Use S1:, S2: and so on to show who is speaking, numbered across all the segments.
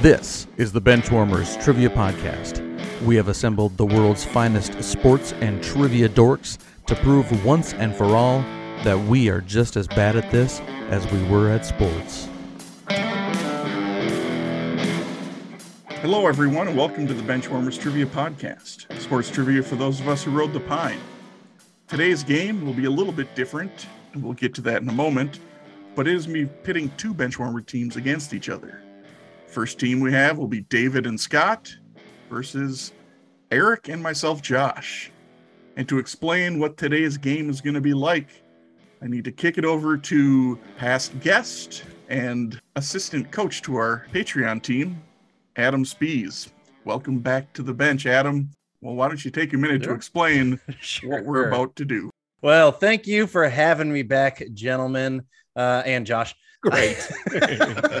S1: This is the Benchwarmers Trivia Podcast. We have assembled the world's finest sports and trivia dorks to prove once and for all that we are just as bad at this as we were at sports.
S2: Hello, everyone, and welcome to the Benchwarmers Trivia Podcast, sports trivia for those of us who rode the pine. Today's game will be a little bit different, and we'll get to that in a moment, but it is me pitting two Benchwarmer teams against each other. First team we have will be David and Scott versus Eric and myself, Josh. And to explain what today's game is going to be like, I need to kick it over to past guest and assistant coach to our Patreon team, Adam Spees. Welcome back to the bench, Adam. Well, why don't you take a minute to
S3: Sure.
S2: explain
S3: Sure.
S2: what we're about to do?
S3: Well, thank you for having me back, gentlemen, uh, and Josh. Great.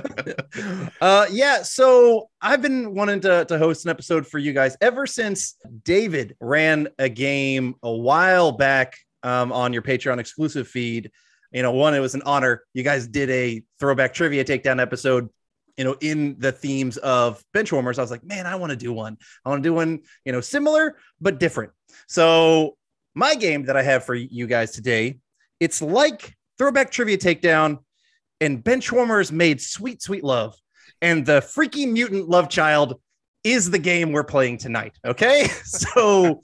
S3: uh, yeah, so I've been wanting to, to host an episode for you guys ever since David ran a game a while back um, on your Patreon exclusive feed. You know, one, it was an honor. You guys did a throwback trivia takedown episode, you know, in the themes of benchwarmers. I was like, man, I want to do one. I want to do one, you know, similar but different. So my game that I have for you guys today, it's like throwback trivia takedown and benchwarmers made sweet, sweet love. And the freaky mutant love child is the game we're playing tonight. Okay. So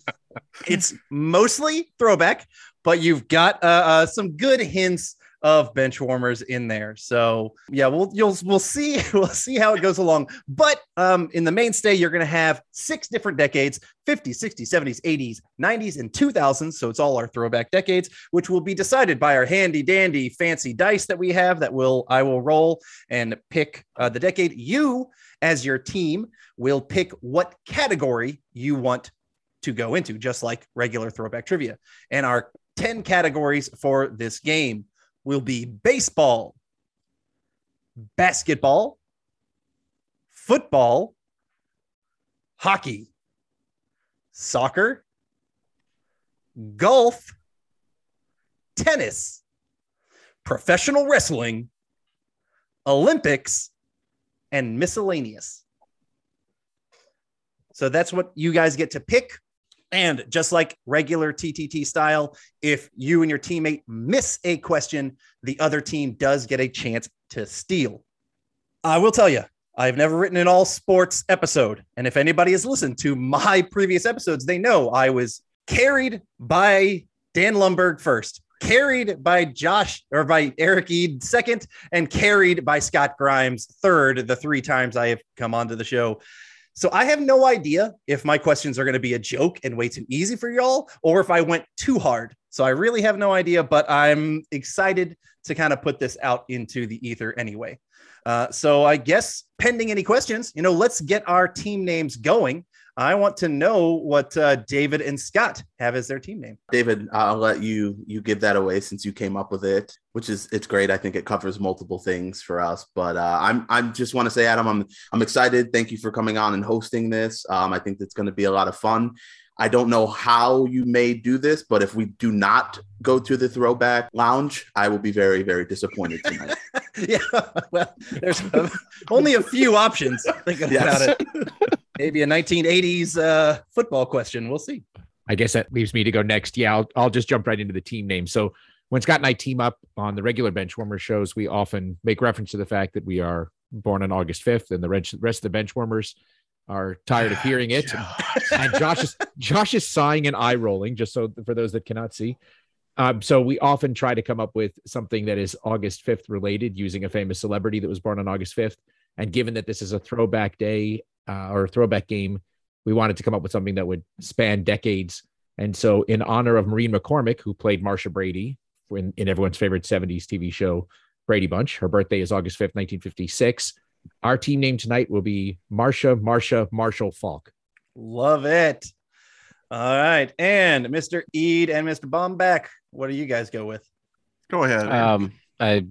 S3: it's mostly throwback, but you've got uh, uh, some good hints of benchwarmers in there. So yeah, we'll you'll we'll see we'll see how it goes along. But um, in the mainstay, you're gonna have six different decades 50s, 60s, 70s, 80s, 90s, and 2000s. So it's all our throwback decades, which will be decided by our handy dandy fancy dice that we have that will I will roll and pick uh, the decade. You, as your team, will pick what category you want to go into, just like regular throwback trivia. And our 10 categories for this game will be baseball, basketball, football, hockey soccer, golf, tennis, professional wrestling, Olympics, and miscellaneous. So that's what you guys get to pick. And just like regular TTT style, if you and your teammate miss a question, the other team does get a chance to steal. I will tell you, I've never written an all sports episode. And if anybody has listened to my previous episodes, they know I was carried by Dan Lumberg first, carried by Josh or by Eric Ead second, and carried by Scott Grimes third, the three times I have come onto the show. So I have no idea if my questions are going to be a joke and way too easy for y'all or if I went too hard. So I really have no idea, but I'm excited to kind of put this out into the ether anyway. Uh, so I guess pending any questions, you know, let's get our team names going. I want to know what uh, David and Scott have as their team name.
S4: David, I'll let you you give that away since you came up with it, which is it's great. I think it covers multiple things for us. But uh, I'm I'm just want to say, Adam, I'm I'm excited. Thank you for coming on and hosting this. Um, I think it's going to be a lot of fun. I don't know how you may do this, but if we do not go to the throwback lounge, I will be very very disappointed tonight.
S3: yeah, well, there's uh, only a few options. Thinking
S4: Yes.
S3: about it, maybe a 1980s uh, football question. We'll see.
S5: I guess that leaves me to go next. Yeah, I'll, I'll just jump right into the team name. So when Scott and I team up on the regular Benchwarmer shows, we often make reference to the fact that we are born on August 5th and the rest rest of the Benchwarmers are tired of hearing it. and Josh is Josh is sighing and eye rolling, just so for those that cannot see. Um, so we often try to come up with something that is August 5th related using a famous celebrity that was born on August 5th. And given that this is a throwback day uh, or a throwback game, we wanted to come up with something that would span decades. And so in honor of Maureen McCormick, who played Marsha Brady in, in everyone's favorite 70s TV show, Brady Bunch, her birthday is August 5th, 1956. Our team name tonight will be Marsha, Marsha, Marshall Falk.
S3: Love it. All right, and Mr. Ead and Mr. Bomback, what do you guys go with?
S2: Go ahead. Eric.
S6: um i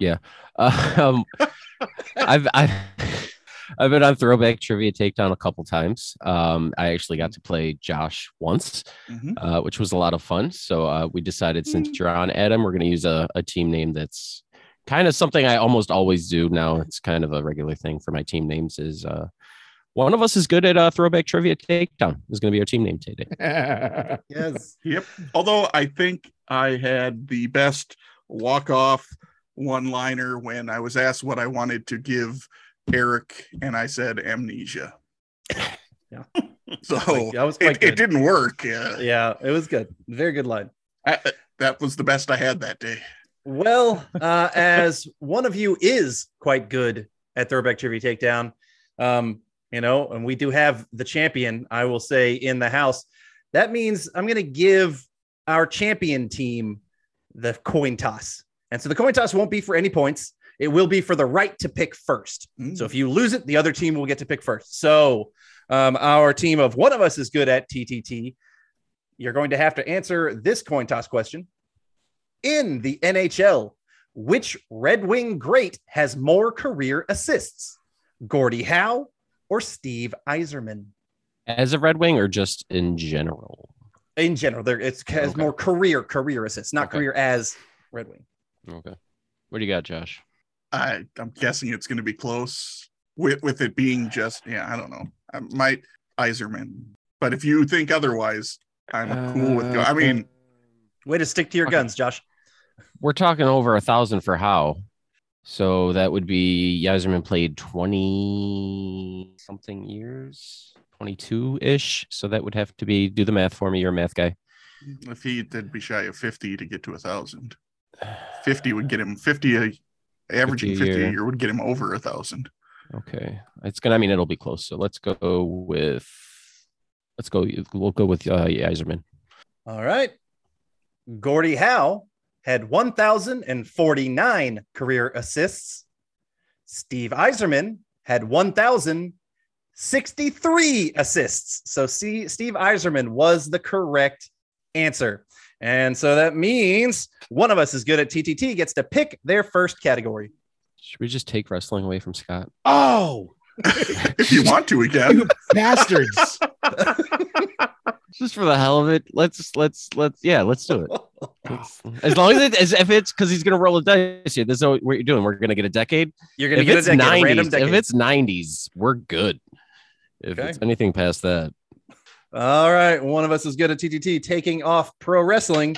S6: yeah um i've i've i've been on throwback trivia takedown a couple times um i actually got to play josh once
S2: Mhm.
S6: uh, which was a lot of fun so uh, we decided since you're on adam we're going to use a, a team name that's kind of something I almost always do now. It's kind of a regular thing for my team names. Is uh, one of us is good at uh, throwback trivia takedown. Is going to be our team name today.
S3: Yes.
S2: Yep. Although I think I had the best walk off one liner when I was asked what I wanted to give Eric, and I said amnesia.
S3: Yeah.
S2: so
S3: Like, that was quite
S2: it, it
S3: good.
S2: didn't work. Yeah.
S3: yeah, it was good. Very good line.
S2: I, I- that was the best I had that day.
S3: Well, uh, as one of you is quite good at throwback trivia takedown, um, you know, and we do have the champion, I will say, in the house. That means I'm going to give our champion team the coin toss. And so the coin toss won't be for any points, it will be for the right to pick first.
S2: Mm.
S3: So if you lose it, the other team will get to pick first. So um, our team of one of us is good at TTT. You're going to have to answer this coin toss question. In the NHL, which Red Wing great has more career assists, Gordie Howe or Steve Eiserman?
S6: As a Red Wing or just in general?
S3: In general, there it's has
S6: Okay.
S3: more career career assists, not
S6: Okay.
S3: career as Red Wing.
S6: Okay. What do you got, Josh?
S2: I, I'm guessing it's going to be close with with it being just yeah. I don't know. I might Iserman, but if you think otherwise, I'm cool with.
S6: Uh,
S2: Go- I mean,
S3: Way to stick to your
S6: Okay.
S3: guns, Josh.
S6: We're talking over a thousand for how. So that would be Yasmin played 20 something years, 22 ish. So that would have to be do the math for me. You're a math guy.
S2: if he did be shy of 50 to get to a thousand, 50 would get him 50 a averaging 50
S6: 50 a
S2: a year.
S6: year.
S2: would get him over a thousand.
S6: Okay. It's going to, I mean, it'll be close. So let's go with, let's go, we'll go with uh, Yasmin.
S3: All right. Gordie Howe had 1,049 career assists. Steve Eiserman had 1,063 assists. So see, Steve Eiserman was the correct answer. And so that means one of us is good at TTT gets to pick their first category.
S6: Should we just take wrestling away from Scott?
S5: oh,
S2: If you want to again,
S5: bastards.
S6: Just for the hell of it. Let's, let's, let's, yeah, let's do it. Let's- as long as it, as if it's because he's going to roll a dice here. This is what you're doing. We're going to get a decade.
S3: You're going to
S6: if
S3: get
S6: it's
S3: a decade, a random
S6: nineties,
S3: decade.
S6: if it's nineties, we're good. If
S3: Okay.
S6: it's anything past that,
S3: All right, one of us is good at TTT taking off pro wrestling.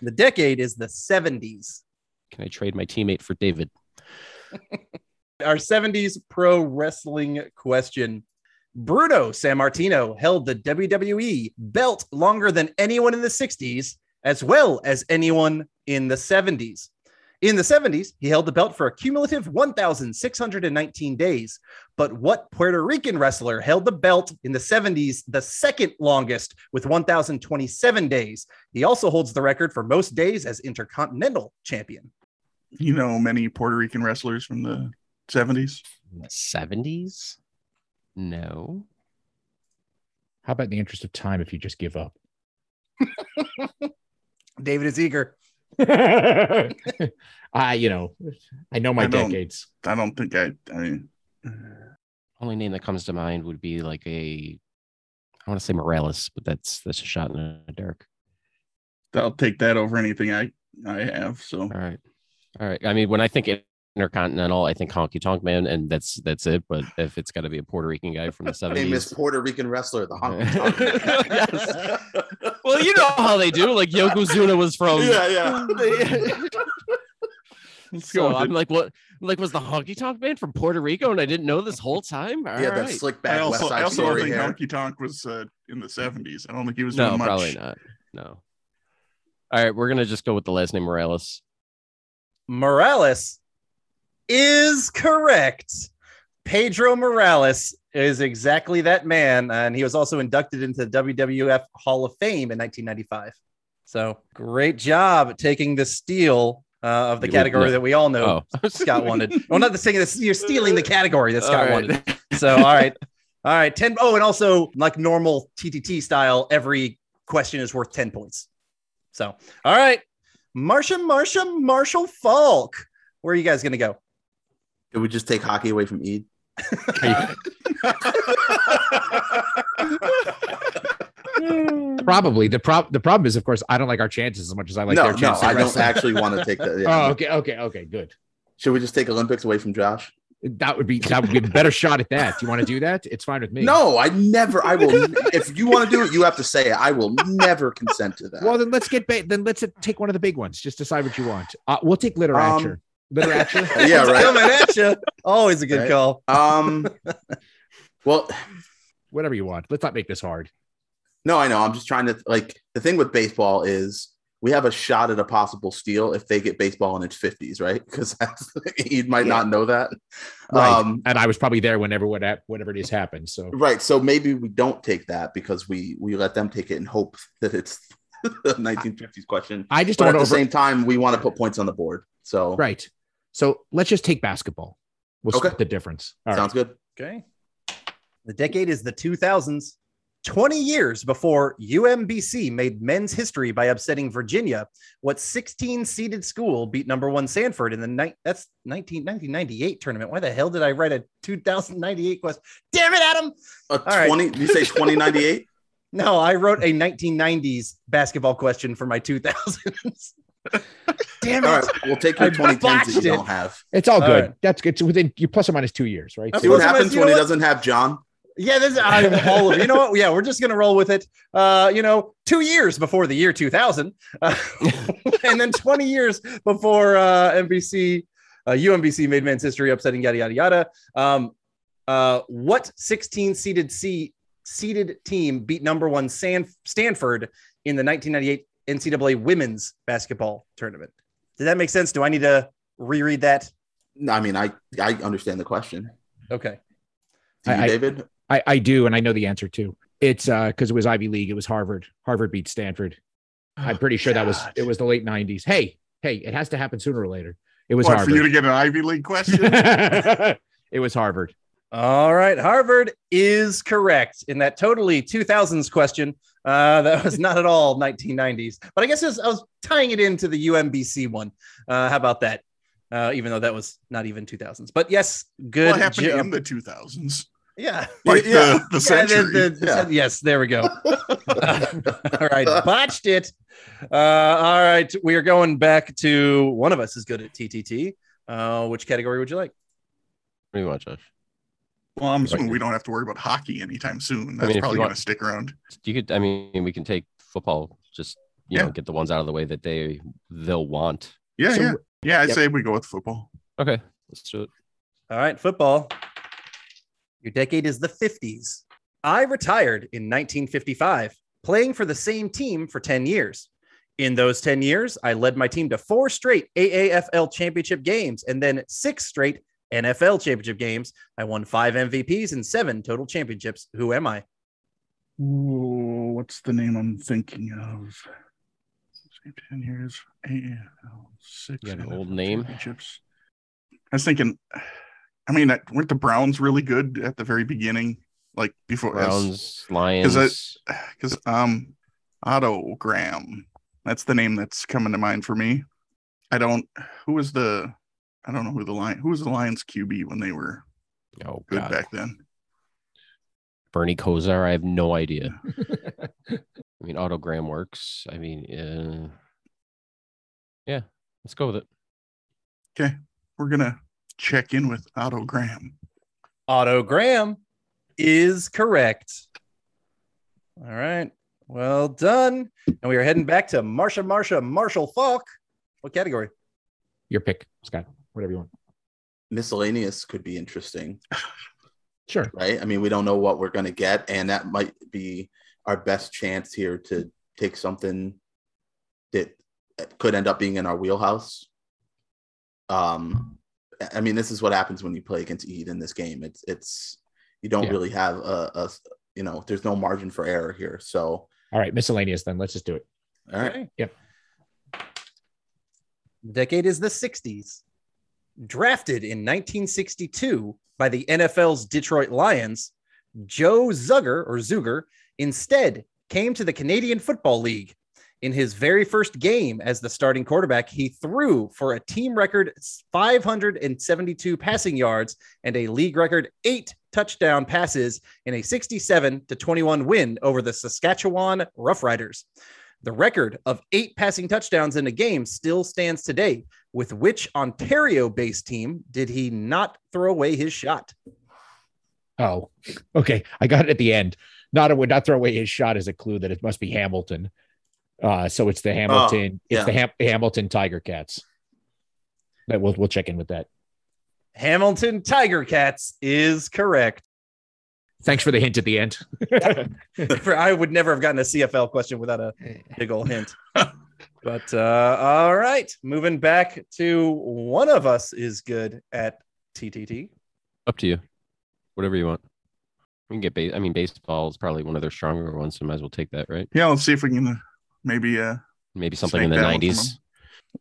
S3: The decade is the 70s.
S6: can I trade my teammate for David?
S3: Our 70s pro wrestling question. Bruno San Martino held the WWE belt longer than anyone in the 60s, as well as anyone in the 70s. In the 70s, he held the belt for a cumulative 1,619 days. But what Puerto Rican wrestler held the belt in the 70s, the second longest, with 1,027 days? He also holds the record for most days as Intercontinental Champion.
S2: you know, many Puerto Rican wrestlers from the 70s.
S6: In the seventies? No.
S5: How about in the interest of time if you just give up?
S3: David is eager.
S5: I, you know, I know my
S2: I don't-
S5: decades.
S2: I don't think I, I mean,
S6: Only name that comes to mind would be like a, I want to say Morales, but that's that's a shot in the dark.
S2: I'll take that over anything I, I have. So
S6: All right, all right. I mean, when I think intercontinental, I think Honky Tonk Man, and that's that's it. But if it's got to be a Puerto Rican guy from the
S4: Famous
S6: seventies,
S4: Puerto Rican wrestler, the honky tonk. Man.
S6: yes. Well, you know how they do. Like Yokozuna was from.
S4: yeah, yeah.
S2: let's
S6: so
S2: go. with
S6: I'm
S2: it.
S6: like, what? Like, was the honky tonk band from Puerto Rico, and I didn't know this whole time? All
S4: yeah, that
S6: right.
S4: slick
S2: I
S4: back West
S2: also, I
S4: Side
S2: also don't
S4: Story
S2: think
S4: hair.
S2: Honky Tonk was uh, in the 70s. I don't think he was
S6: no,
S2: doing much.
S6: probably not. No. All right, we're gonna just go with the last name Morales.
S3: Morales is correct. Pedro Morales is exactly that man, and he was also inducted into the WWF Hall of Fame in 1995. So great job taking the steal uh, of the
S6: You-
S3: category
S6: no.
S3: that we all know
S6: oh,
S3: Scott wanted. Well, not the thing that you're stealing the category that
S6: All
S3: Scott
S6: right.
S3: wanted. So all right, all right, ten. Oh, and also like normal TTT style, every question is worth ten points. So all right, Marsha, Marsha, Marshall Falk. Where are you guys gonna go?
S4: It would just take hockey away from Eid.
S5: Probably the prob the problem is, of course, I don't like our chances as much as I like
S4: no,
S5: their
S4: no,
S5: chances.
S4: I
S5: at
S4: don't
S5: wrestling.
S4: actually want to take that. yeah.
S5: Oh, okay, okay, okay, good.
S4: Should we just take Olympics away from Josh?
S5: That would be that would be a better shot at that. Do you want to do that? It's fine with me.
S4: No, I never. I will. if you want to do it, you have to say it. I will never consent to that.
S5: Well, then let's get ba- then let's uh, take one of the big ones. Just decide what you want. Uh, we'll take literature.
S4: Um,
S5: literature.
S4: yeah,
S3: It's
S4: right.
S3: Coming at you. Always a good
S4: Right.
S3: call.
S4: Um. Well,
S5: Whatever you want. Let's not make this hard.
S4: no, I know. I'm just trying to like the thing with baseball is we have a shot at a possible steal if they get baseball in its 50s, right? Because you might not know that.
S5: Right.
S4: Um,
S5: And I was probably there whenever what whatever it is happened. So
S4: Right. So maybe we don't take that because we we let them take it and hope that it's the 1950s question.
S5: I just
S4: But
S5: don't
S4: at
S5: over-
S4: the same time, we want to put points on the board. So
S5: right. So let's just take basketball. We'll
S4: Okay.
S5: split the difference. All right.
S4: sounds good.
S3: Okay. The decade is the 2000s, 20 years before UMBC made men's history by upsetting Virginia. What 16 seeded school beat number one Sanford in the night? That's 19, 1998 tournament. Why the hell did I write a 2098 question? Damn it, Adam.
S4: A
S3: right.
S4: 20, you say 2098?
S3: No, I wrote a 1990s basketball question for my 2000s. Damn it.
S4: All right, we'll take your
S3: I
S4: 2010s that you
S3: botched it.
S4: don't have.
S5: It's all
S3: All
S5: good.
S3: right.
S5: That's good. It's within you plus or minus two years, right?
S3: Of
S4: See what
S3: course, I'm
S4: happens
S3: gonna-
S4: when
S3: you
S4: he
S3: know
S4: doesn't have John.
S3: Yeah, this is I'm all of You know what? Yeah, we're just gonna roll with it. Uh, you know, two years before the year 2000, uh, and then 20 years before uh, NBC, uh, UMBC made men's history, upsetting yada yada yada. Um, uh, what 16 seeded C seeded team beat number one San- Stanford in the 1998 NCAA women's basketball tournament? Did that make sense? Do I need to reread that?
S4: I mean, I I understand the question.
S3: Okay.
S4: Do you,
S5: I- I-
S4: David?
S5: I, I do, and I know the answer too. It's uh because it was Ivy League, it was Harvard. Harvard beat Stanford. I'm pretty sure that was
S2: God.
S5: it was the late nineties. Hey, hey, it has to happen sooner or later. It was
S2: What, for
S5: Harvard.
S2: you to get an Ivy League question?
S5: it was Harvard.
S3: All right, Harvard is correct in that totally 2000s question. Uh, that was not at all 1990s, but I guess it was, I was tying it into the UMBC one. Uh, how about that? Uh, even though that was not even 2000s, but yes, good.
S2: what happened
S3: job.
S2: in the 2000s?
S3: yeah.
S2: Like the, the
S4: Yeah.
S3: Yeah, the-
S2: century.
S3: the- the-
S4: Yeah.
S3: Yes, there we go. all right, botched it. Uh, all right, we are going back to one of us is good at TTT. Uh, which category would you like?
S6: What do you want, Josh?
S2: well, I'm assuming we don't have to worry about hockey anytime soon. That's
S6: mean, if you
S2: probably
S6: want-
S2: going to stick around.
S6: You could. I mean, we can take football. Just you know,
S2: Yeah.
S6: get the ones out of the way that they they'll want.
S2: Yeah,
S5: So-
S2: yeah. Yeah, I'd
S5: Yep.
S2: say we go with football.
S6: Okay, let's do it.
S3: All right, football. Your decade is the 50s. I retired in 1955, playing for the same team for 10 years. In those 10 years, I led my team to four straight AAFL championship games and then six straight NFL championship games. I won five MVPs and seven total championships. Who am I?
S2: Ooh, what's the name I'm thinking of? Same ten years. AFL six.
S6: You got an
S2: NFL
S6: old name?
S2: championships. I was thinking. I mean, that- weren't the Browns really good at the very beginning? Like before
S6: Browns, Lions.
S2: because um, Otto Graham. That's the name that's coming to mind for me. I don't. Who was the? I don't know who the lion. Who was the Lions QB when they were
S6: Oh
S2: good
S6: God,
S2: back then?
S6: Bernie Kosar. I have no idea. I mean, autogram works. I mean, uh, yeah. Let's go with it.
S2: We're gonna check in with Otto Graham.
S3: Otto Graham is correct. All right. Well done. And we are heading back to Marsha, Marsha, Marshall Falk. What category?
S5: Your pick, Scott. Whatever you want.
S4: Miscellaneous could be interesting,
S5: Sure.
S4: right? I mean, we don't know what we're gonna get, and that might be our best chance here to take something that could end up being in our wheelhouse. Um, I- I mean, this is what happens when you play against Eid in this game. It's it's you don't
S5: Yeah.
S4: really have a, a you know, there's no margin for error here. So
S5: All right, miscellaneous then. Let's just do it.
S4: all right.
S3: Okay.
S5: Yep.
S3: The decade is the 60s. Drafted in 1962 by the NFL's Detroit Lions, Joe Zugger or Zuger instead came to the Canadian Football League. In his very first game as the starting quarterback, he threw for a team record 572 passing yards and a league record eight touchdown passes in a 67 to 21 win over the Saskatchewan Roughriders. The record of eight passing touchdowns in a game still stands today. With which Ontario based team did he not throw away his shot?
S5: Oh, okay. I got it at the end. Nada would not throw away his shot as a clue that it must be Hamilton. Uh, so it's the Hamilton,
S4: yeah.
S5: it's the Ham- Hamilton Tiger Cats. That we'll we'll check in with that.
S3: Hamilton Tiger Cats is correct.
S5: Thanks for the hint at the end.
S3: For- I would never have gotten a CFL question without a big old hint. but uh, all right, moving back to one of us is good at TTT.
S6: Up to you. Whatever you want. We can get base. I mean, baseball is probably one of their stronger ones, so might as well take that, right?
S2: Yeah, let's see if we can uh, maybe uh
S6: Maybe something
S2: Snake
S6: in the
S2: that one from
S6: nineties.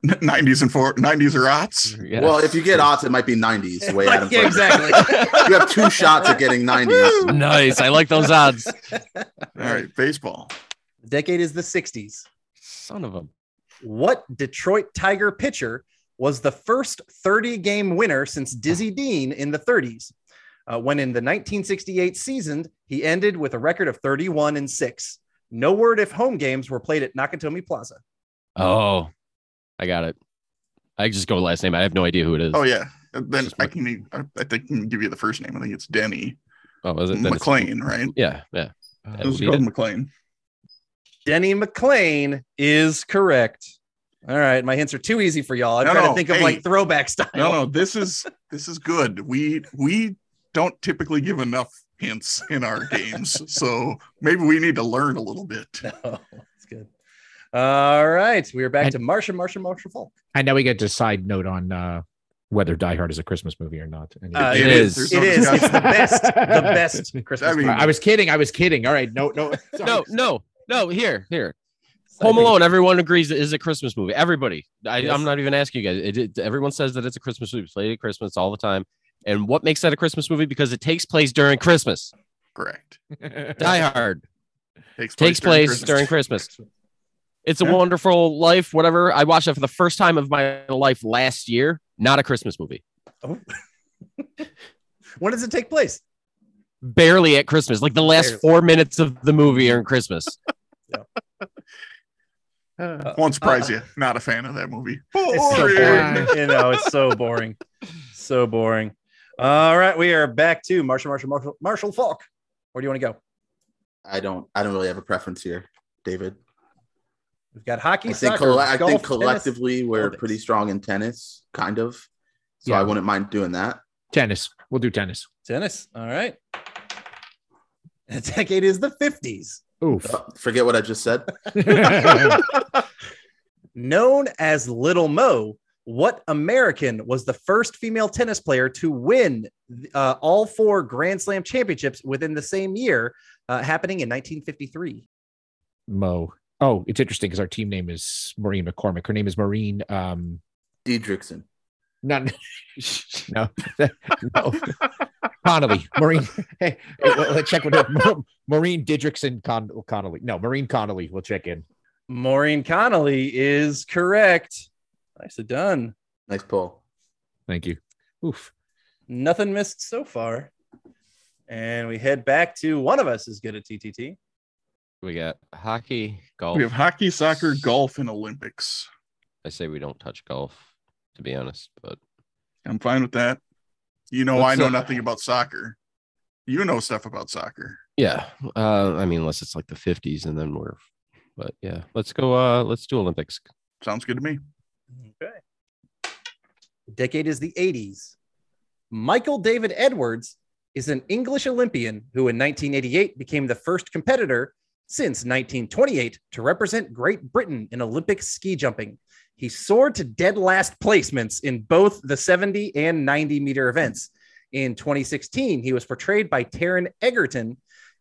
S2: 90s and four, 90s or aughts.
S6: Yeah.
S4: Well, if you get odds, it might be 90s. The way Adam
S3: yeah,
S4: put it.
S3: exactly.
S4: You have two shots at getting 90s.
S6: nice. I like those odds. Mm-hmm.
S2: All right, baseball.
S3: The decade is the 60s.
S6: Son of a
S3: What Detroit Tiger pitcher was the first 30 game winner since Dizzy Dean in the 30s? Uh, when in the 1968 season, he ended with a record of 31 and 6. No word if home games were played at Nakatomi Plaza.
S6: Oh, I got it. I just go with last name. I have no idea who it is.
S2: Oh yeah. And Then
S6: Just
S2: I
S6: look-
S2: can e, I I think I can give you the first name. I think it's Denny
S6: Oh, is it then it's-
S2: McLean, right?
S6: Yeah, yeah.
S2: It was
S6: beat
S2: called
S6: it.
S2: McLean.
S3: Denny McLean is correct. All right, my hints are too easy for y'all. I'm
S2: No,
S3: trying to
S2: no,
S3: think
S2: hey.
S3: of like throwback style.
S2: No, no, this is this is good. We we don't typically give enough hints in our games, so maybe we need to learn a little bit.
S3: No, that's good. All right, we are back
S5: And-
S3: to Marsha, Marsha, Marsha Falk.
S5: And now we get to side note on uh, whether Die Hard is a Christmas movie or not. And-
S3: Uh,
S6: it is.
S2: There's
S3: It
S2: no
S3: is. It's
S2: discussion.
S3: the best. The best Christmas.
S2: I mean,
S5: I I was kidding. I was kidding. All right. No, no,
S6: No, no, no. Here, here.
S3: movie.
S6: Home Alone. Everyone agrees it is a Christmas movie. Everybody. I,
S3: Yes.
S6: I'm not even asking you guys. It, it- everyone says that it's a Christmas movie. It's played at Christmas all the time. And what makes that a Christmas movie? Because it takes place during Christmas.
S2: correct.
S6: Die Hard takes
S2: during
S6: place
S2: Christmas.
S6: during Christmas. It's a
S2: Yeah.
S6: Wonderful Life. Whatever. I watched that for the first time of my life last year. Not a Christmas movie.
S3: when does it take place?
S6: Barely at Christmas. Like the last
S3: Barely.
S6: four minutes of the movie are in Christmas.
S2: Won't
S6: Uh,
S2: surprise you. Not a fan of that movie.
S3: It's so
S2: Boring.
S3: boring. you know, it's so boring. So boring. All right, we are back to Marsha, Marsha, Marsha, Marshall Falk. Where do you want to go?
S4: I don't. I don't really have a preference here, David.
S3: We've got hockey.
S4: I think.
S3: soccer,
S4: coll- I
S3: golf,
S4: think
S3: tennis.
S4: collectively we're
S3: Olympics.
S4: pretty strong in tennis, kind of. So
S5: Yeah.
S4: I wouldn't mind doing that.
S5: tennis. We'll do tennis.
S3: Tennis. All right. The decade is the 50s.
S5: Oof.
S4: Uh, Forget what I just said.
S3: Known as Little Mo, what American was the first female tennis player to win uh, all four Grand Slam championships within the same year, uh, happening in 1953?
S5: Mo. Oh, it's interesting because our team name is Maureen McCormick. Her name is Maureen. Um,
S4: Diedrichson.
S5: not no, no. Connolly. Maureen. Hey, we'll, we'll check with her. Ma- Maureen Didrickson Con- Connolly. No, Maureen Connolly. We'll check in.
S3: Maureen Connolly is correct. Nicely done.
S4: Nice pull.
S5: Thank you. Oof.
S3: Nothing missed so far. And we head back to one of us is good at TTT.
S6: We got hockey, golf.
S2: We have hockey, soccer, golf, and Olympics.
S6: I say we don't touch golf, to be honest. But
S2: I'm fine with that. You know, I
S6: What's
S2: know
S6: up?
S2: nothing about soccer. You know stuff about soccer.
S6: yeah, uh, I mean, unless it's like the fifties, and then we're. But yeah, let's go. Uh, let's do Olympics.
S2: Sounds good to me.
S3: Okay. The decade is the 80s. Michael David Edwards is an English Olympian who in 1988 became the first competitor since 1928 to represent Great Britain in Olympic ski jumping. He soared to dead last placements in both the 70 and 90 meter events. In 2016, he was portrayed by Taryn Egerton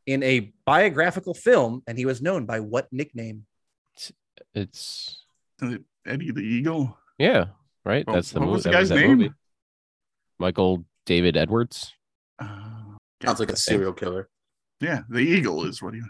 S3: in a biographical film, and he was known by what nickname?
S6: It's
S2: Eddie the Eagle.
S6: yeah, right.
S2: Well,
S6: That's the
S2: what
S6: movie.
S2: was the
S6: that
S2: guy's
S6: was that
S2: name?
S6: movie. Michael David Edwards.
S2: Uh,
S4: Sounds like a serial killer.
S2: yeah, the Eagle is what he.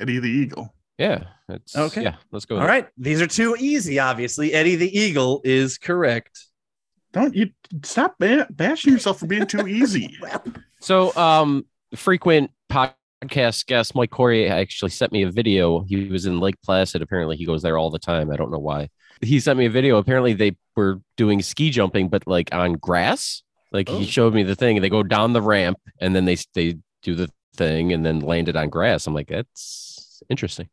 S2: Eddie the Eagle.
S6: Yeah, it's
S3: Okay.
S6: okay. Yeah, let's go.
S3: All right. These are too easy, obviously. Eddie the Eagle is correct.
S2: Don't you stop ba- bashing yourself for being too easy.
S3: Well,
S6: So, um, frequent podcast guest Mike Corey actually sent me a video. He was in Lake Placid. Apparently, he goes there all the time. I don't know why. He sent me a video. Apparently, they were doing ski jumping, but like on grass. Like
S3: Oh.
S6: he showed me the thing. They go down the ramp and then they they do the thing and then land it on grass. I'm like, that's interesting.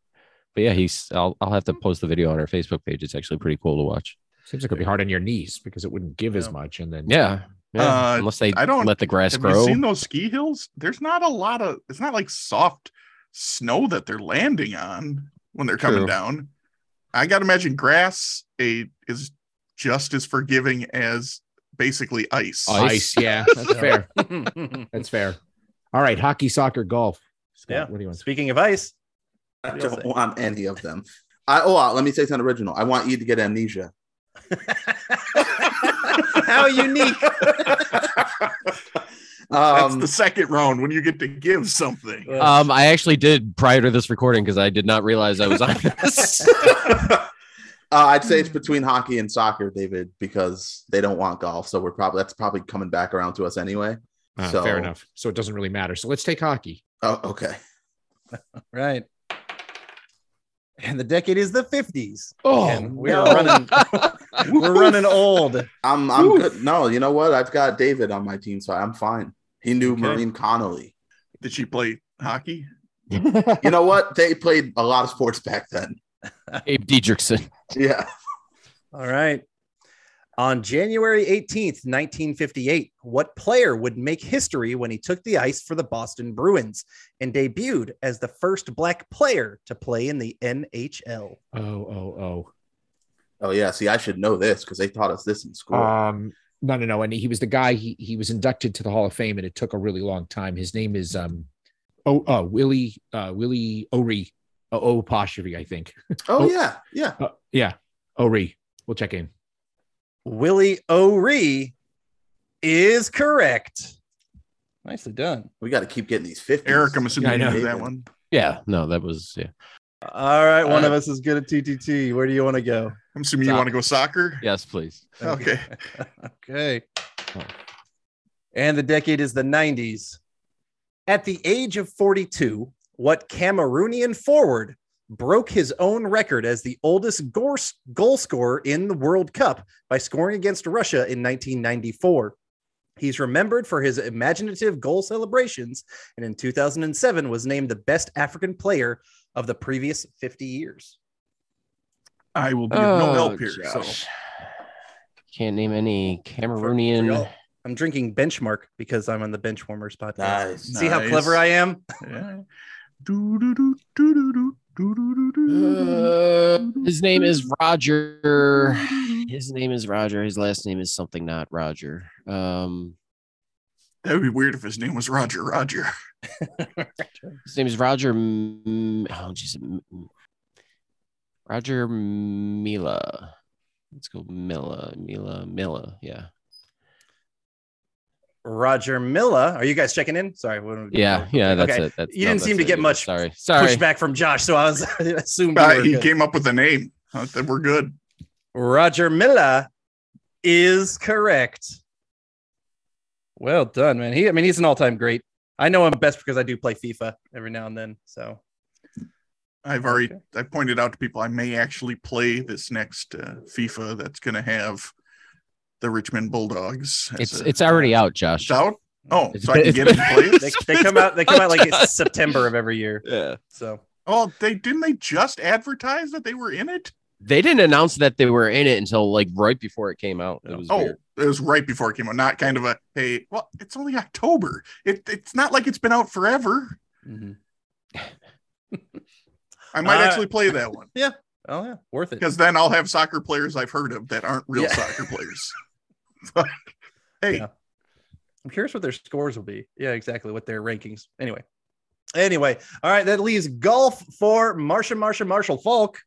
S6: But yeah, he's. I'll I'll have to post the video on our Facebook page. It's actually pretty cool to watch.
S5: Seems like it'd be hard on your knees because it wouldn't give as
S3: Yeah.
S5: much. And then
S6: Yeah. Yeah.
S2: Uh,
S6: Unless they
S2: I don't-
S6: let the grass
S2: Have
S6: grow.
S2: you seen those ski hills? There's not a lot of. It's not like soft snow that they're landing on when they're coming
S6: True.
S2: down. I gotta imagine grass a is just as forgiving as basically ice.
S5: ice. Yeah, that's fair. That's fair. All right, hockey, soccer, golf. Scott,
S3: Yeah.
S5: what do you want?
S3: Speaking of ice,
S4: I
S3: Real
S4: don't
S3: thing.
S4: want any of them. I oh, let me say something original. I want you to get amnesia.
S3: how unique.
S2: That's
S4: Um,
S2: the second round when you get to give something.
S6: Um, I actually did prior to this recording because I did not realize I was on this.
S4: uh, I'd say it's between hockey and soccer, David, because they don't want golf. So we're probably that's probably coming back around to us anyway.
S5: Uh,
S4: so-
S5: Fair enough. So it doesn't really matter. So let's take hockey.
S4: Oh, okay.
S3: right. And the decade is the 50s.
S5: Oh,
S3: and we are running we're running old.
S4: I'm I'm good. No, you know what? I've got David on my team, so I'm fine. He knew
S3: Okay.
S4: Maureen Connolly.
S2: Did she play hockey?
S4: You know what? They played a lot of sports back then.
S6: Abe Diedrichson.
S4: Yeah.
S3: All right. On January 18th, 1958, what player would make history when he took the ice for the Boston Bruins and debuted as the first black player to play in the NHL?
S5: Oh, oh,
S4: Oh yeah. See, I should know this because they taught us this in
S5: oh.
S4: school.
S2: Uh,
S5: Um, no, no, no. And he was the guy. He he was inducted to the Hall of Fame, and it took a really long time. His name is um, oh, uh, Willie uh, Willie O'Ree. Oh, oh, apostrophe, I think.
S4: oh,
S5: oh.
S4: yeah, yeah.
S5: Uh, yeah, O'Ree. We'll check in.
S3: Willie O'Ree is correct. Nicely done.
S4: We got to keep getting these 50s.
S2: Eric, I'm assuming
S5: Yeah, I
S2: you
S5: know.
S2: knew that one.
S6: Yeah, no, that was yeah.
S3: All right, one
S6: Uh,
S3: of us is good at TTT. Where do you want to go?
S2: I'm assuming you
S6: Stop.
S2: want to go soccer.
S6: Yes, please.
S2: Okay.
S3: okay. Oh. And the decade is the 90s. At the age of 42, what Cameroonian forward broke his own record as the oldest goal, goal scorer in the World Cup by scoring against Russia in 1994? He's remembered for his imaginative goal celebrations and in 2007 was named the best African player of the previous 50 years.
S2: I will be of no
S6: Oh,
S2: help here. So
S6: Josh. Can't name any Cameroonian.
S3: y'all. I'm drinking benchmark because I'm on the bench warmers podcast.
S4: Nice.
S3: See how
S2: Nice.
S3: clever I am?
S2: yeah. Doo-doo-doo, doo-doo-doo, doo-doo-doo-doo.
S6: Uh. his name is Roger. His name is Roger. His last name is something not Roger. Um,
S2: That would be weird if his name was Roger Roger.
S6: his name is Roger. M- oh, geez, M- Roger Mila. Let's go Mila, Mila, Mila. Yeah.
S3: Roger Milla. Are you guys checking in? Sorry. what-
S6: Yeah, yeah, that's
S3: Okay.
S6: it. That's,
S3: You didn't seem to
S6: it.
S3: get
S6: Yeah,
S3: much
S6: Sorry, sorry.
S3: Pushback from Josh. So I was I assumed you
S2: Uh,
S3: were
S2: he
S3: good.
S2: came up with a name. Uh, then we're good.
S3: Roger Milla is correct. Well done, man. He, I mean, he's an all-time great. I know him best because I do play FIFA every now and then. So
S2: I've already I pointed out to people I may actually play this next uh, FIFA that's going to have the Richmond Bulldogs. as
S6: It's
S2: a-
S6: it's already out, Josh.
S2: It's out. Oh,
S6: It's
S2: so I
S6: been-
S2: can
S6: it's
S2: get it and play it.
S3: they, they come out. They come out like it's September of every year.
S6: Yeah.
S3: So
S2: Oh, they didn't they just advertise that they were in it?
S6: They didn't announce that they were in it until like right before it came out. It was
S2: Oh,
S6: weird.
S2: it was right before it came out. Not kind of a hey. Well, it's only October. It, it's not like it's been out forever. I might
S3: Uh,
S2: actually play that one
S3: oh yeah, worth it.
S2: because then I'll have soccer players I've heard of that aren't real
S3: Yeah.
S2: soccer players. But, hey,
S3: Yeah. I'm curious what their scores will be. Yeah, exactly. What their rankings. Anyway. Anyway. All right. That leaves golf for Marsha, Marsha, Marshall Falk.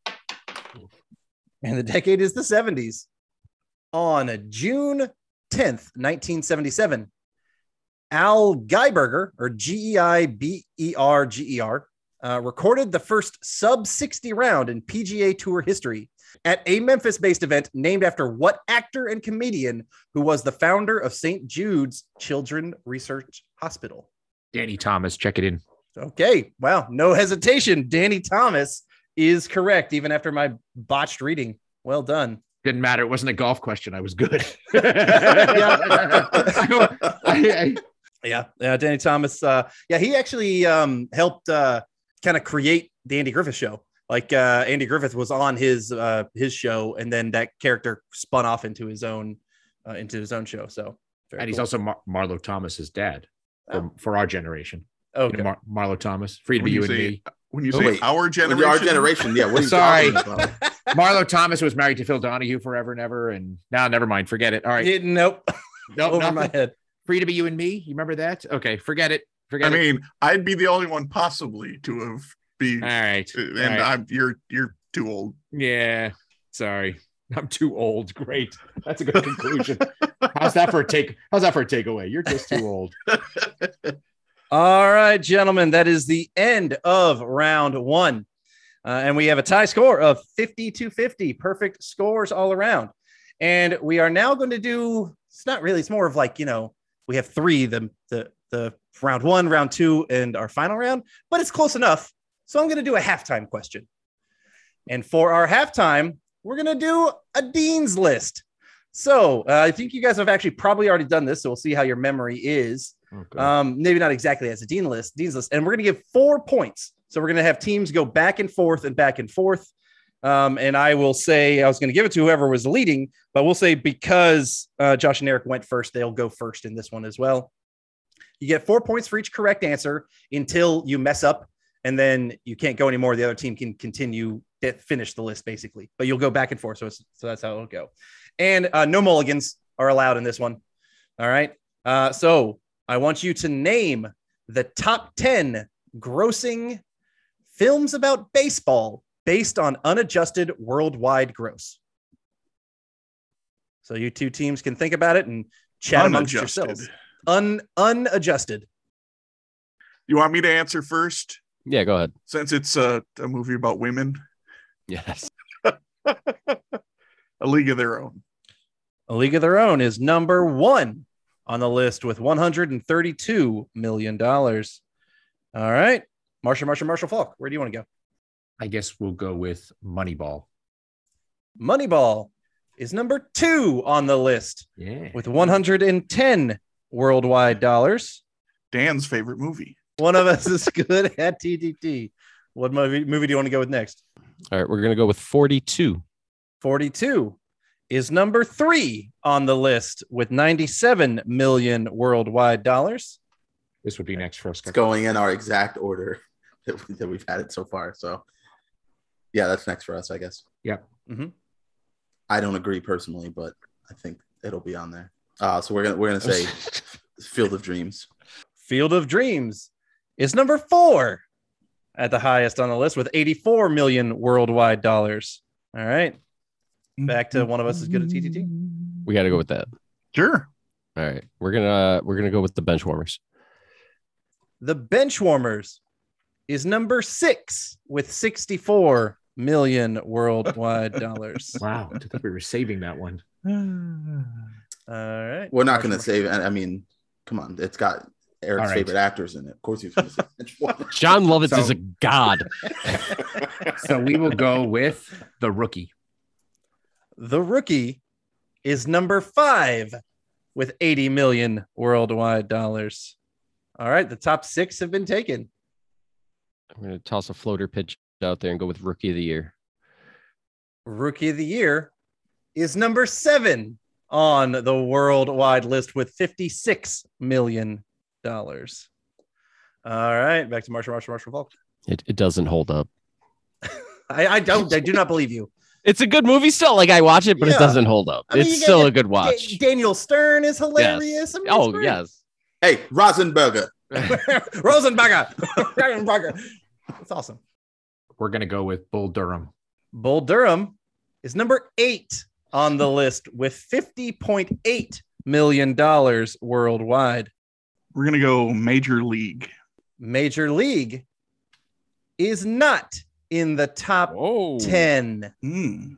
S3: And the decade is the 70s. On June 10th, 1977, Al Geiberger, or G E I B E R G E R, uh, recorded the first sub 60 round in PGA Tour history at a Memphis based event named after what actor and comedian who was the founder of St. Jude's Children Research Hospital?
S5: Danny Thomas, check it in.
S3: Okay. Wow. No hesitation. Danny Thomas is correct, even after my botched reading. Well done.
S5: Didn't matter. It wasn't a golf question. I was good.
S3: Yeah, yeah, Danny Thomas. Uh, yeah, he actually um, helped uh, kind of create the Andy Griffith show. Like uh, Andy Griffith was on his uh, his show, and then that character spun off into his own uh, into his own show. So, very
S5: and he's
S3: cool.
S5: also Mar- Marlo Thomas's dad for,
S3: Oh.
S5: for our generation.
S3: okay.
S5: You know, Mar- Marlo Thomas, free to
S2: When
S5: be you
S2: you
S5: and
S2: say-
S5: me.
S2: When you
S4: Oh,
S2: say
S4: wait.
S2: our
S4: With
S2: generation,
S4: Our generation, yeah. What are you
S5: Sorry.
S4: talking about?
S5: Marlo Thomas was married to Phil Donahue forever and ever. And now, never mind. Forget it. All right.
S3: Yeah, nope,
S5: Nope,
S3: over
S5: nothing.
S3: my head.
S5: Free to be you and me. You remember that? Okay. Forget it. Forget
S2: I
S5: it.
S2: mean, I'd be the only one possibly to have be,
S5: All right.
S2: and
S5: all right.
S2: I'm you're you're too old.
S5: Yeah. Sorry. I'm too old. Great. That's a good conclusion. How's that for a take? How's that for a takeaway? You're just too old.
S3: All right, gentlemen, that is the end of round one. Uh, and we have a tie score of 50 to 50, perfect scores all around. And we are now going to do it's not really, it's more of like, you know, we have three the, the, the round one, round two, and our final round, but it's close enough. So I'm going to do a halftime question. And for our halftime, we're going to do a Dean's list. So uh, I think you guys have actually probably already done this. So we'll see how your memory is. Um, maybe not exactly as a dean list, dean's list, and we're gonna give four points. So we're gonna have teams go back and forth and back and forth. Um, and I will say I was gonna give it to whoever was leading, but we'll say because uh, Josh and Eric went first, they'll go first in this one as well. You get four points for each correct answer until you mess up, and then you can't go anymore. The other team can continue to finish the list basically, but you'll go back and forth. So it's, so that's how it'll go. And uh, no mulligans are allowed in this one. All right. Uh, so I want you to name the top 10 grossing films about baseball based on unadjusted worldwide gross. So you two teams can think about it and chat amongst
S2: Unadjusted.
S3: yourselves. Un unadjusted.
S2: You want me to answer first,
S6: Yeah, go ahead.
S2: since it's a, a movie about women,
S6: Yes.
S2: A League of Their Own.
S3: A League of Their Own is number one on the list with $132 million. All right. Marshall, Marshall, Marshall Falk, where do you want to go?
S5: I guess we'll go with Moneyball.
S3: Moneyball is number two on the list
S5: Yeah.
S3: with 110 worldwide dollars.
S2: Dan's favorite movie.
S3: One of us is good at TDT. What movie, movie do you want to go with next?
S6: All right, we're gonna go with 42.
S3: 42 is number three on the list with 97 million worldwide dollars.
S5: This would be next for us.
S4: It's going in our exact order that, we, that we've had it so far. So, yeah, that's next for us, I guess.
S5: Yep.
S3: Mhm.
S4: I don't agree personally, but I think it'll be on there. Uh, so we're gonna we're gonna say Field of Dreams.
S3: Field of Dreams is number four at the highest on the list with 84 million worldwide dollars. All right. Back to one of us is good at TTT.
S6: We gotta go with that.
S2: Sure.
S6: All right. We're gonna we're gonna go with the bench warmers.
S3: The Benchwarmers is number six with 64 million worldwide dollars.
S5: Wow. I think we were saving that one.
S3: All right.
S4: We're not gonna say. I I mean, come on, it's got Eric's
S5: All right.
S4: favorite actors in it. Of course, he's gonna say Mitch Waller.
S6: John Lovitz
S5: So-
S6: is a god.
S5: So we will go with the rookie.
S3: The Rookie is number five with 80 million worldwide dollars. All right. The top six have been taken.
S6: I'm gonna toss a floater pitch out there and go with rookie of the year.
S3: Rookie of the Year is number seven on the worldwide list with $56 million. All right. Back to Marshall, Marshall, Marshall Falk.
S6: It, it doesn't hold up.
S3: I, I don't, I do not believe you.
S6: It's a good movie still. Like I watch it, but
S3: Yeah.
S6: it doesn't hold up.
S3: I mean, you
S6: it's
S3: get-
S6: still a good
S3: Da-
S6: watch.
S3: Daniel Stern is hilarious. I mean, it's
S6: oh
S3: great.
S6: yes.
S4: hey, Rosenberger.
S3: Rosenbacher. Rosenbacher. That's awesome.
S5: We're going to go with Bull Durham.
S3: Bull Durham is number eight on the list with $50.8 million worldwide.
S2: We're gonna go Major League.
S3: Major League is not in the top
S5: Oh.
S6: Whoa.
S3: 10.
S2: Hmm.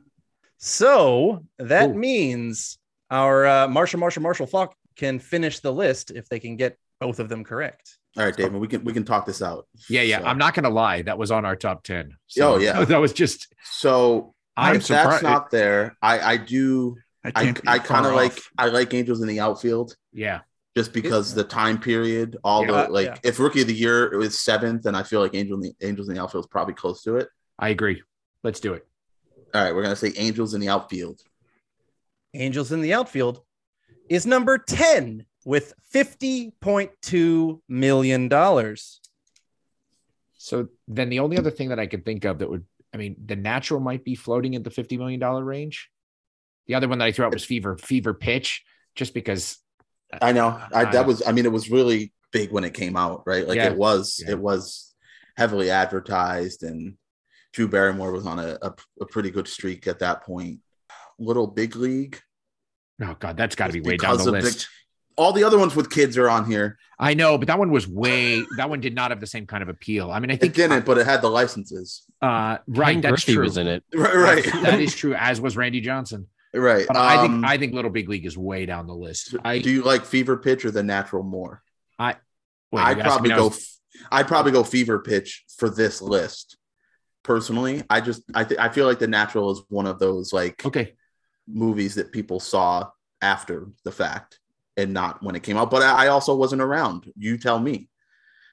S3: So that
S5: Ooh.
S3: means our uh, Marshall, Marshall, Marshall Falk can finish the list if they can get both of them correct.
S4: All right, David, we can we can talk this out.
S5: Yeah, yeah.
S4: So-
S5: I'm not gonna lie. That was on our top ten.
S4: Oh, yeah.
S5: that was just.
S4: So
S5: I'm
S4: if
S5: surprised.
S4: that's not there, I I do I
S2: can't be
S4: I kind
S2: far
S4: of like
S2: off.
S4: I like Angels in the outfield
S5: yeah,
S4: just because the time period, all
S3: Yeah,
S4: the like
S3: yeah.
S4: if Rookie of the Year was seventh, then I feel like Angel in the, Angels in the outfield is probably close to it.
S5: I agree. Let's do it.
S4: All right, we're gonna say Angels in the outfield.
S3: Angels in the outfield is number 10 with $50.2 million.
S5: So then the only other thing that I could think of that would, I mean, the natural might be floating at the fifty million dollar range. The other one that I threw out was Fever Fever Pitch, just because.
S4: I know. I
S5: I-
S4: that was I mean it was really big when it came out, right? Like
S5: Yeah.
S4: it was
S5: Yeah.
S4: it was heavily advertised and Drew Barrymore was on a, a, a pretty good streak at that point. Little Big League.
S5: Oh God, that's got to be
S4: was
S5: way down
S4: because
S5: the
S4: of the-
S5: list.
S4: All the other ones with kids are on here.
S5: I know, but that one was way. That one did not have the same kind of appeal. I mean, I
S4: It
S5: think
S4: didn't, but it had the licenses.
S5: uh, right.
S6: Ken
S5: That's
S6: Griffey
S5: true.
S6: was in it.
S4: Right, right,
S5: that is true. As was Randy Johnson.
S4: right.
S5: But I think
S4: Um,
S5: I think Little Big League is way down the list. I
S4: do you like Fever Pitch or the Natural more?
S5: wait,
S4: I'd
S5: you asked
S4: probably
S5: me when I
S4: go.
S5: was-
S4: f- I'd probably go Fever Pitch for this list. Personally, I just I think I feel like the Natural is one of those like
S5: okay.
S4: movies that people saw after the fact and not when it came out. But I, I also wasn't around. You tell me.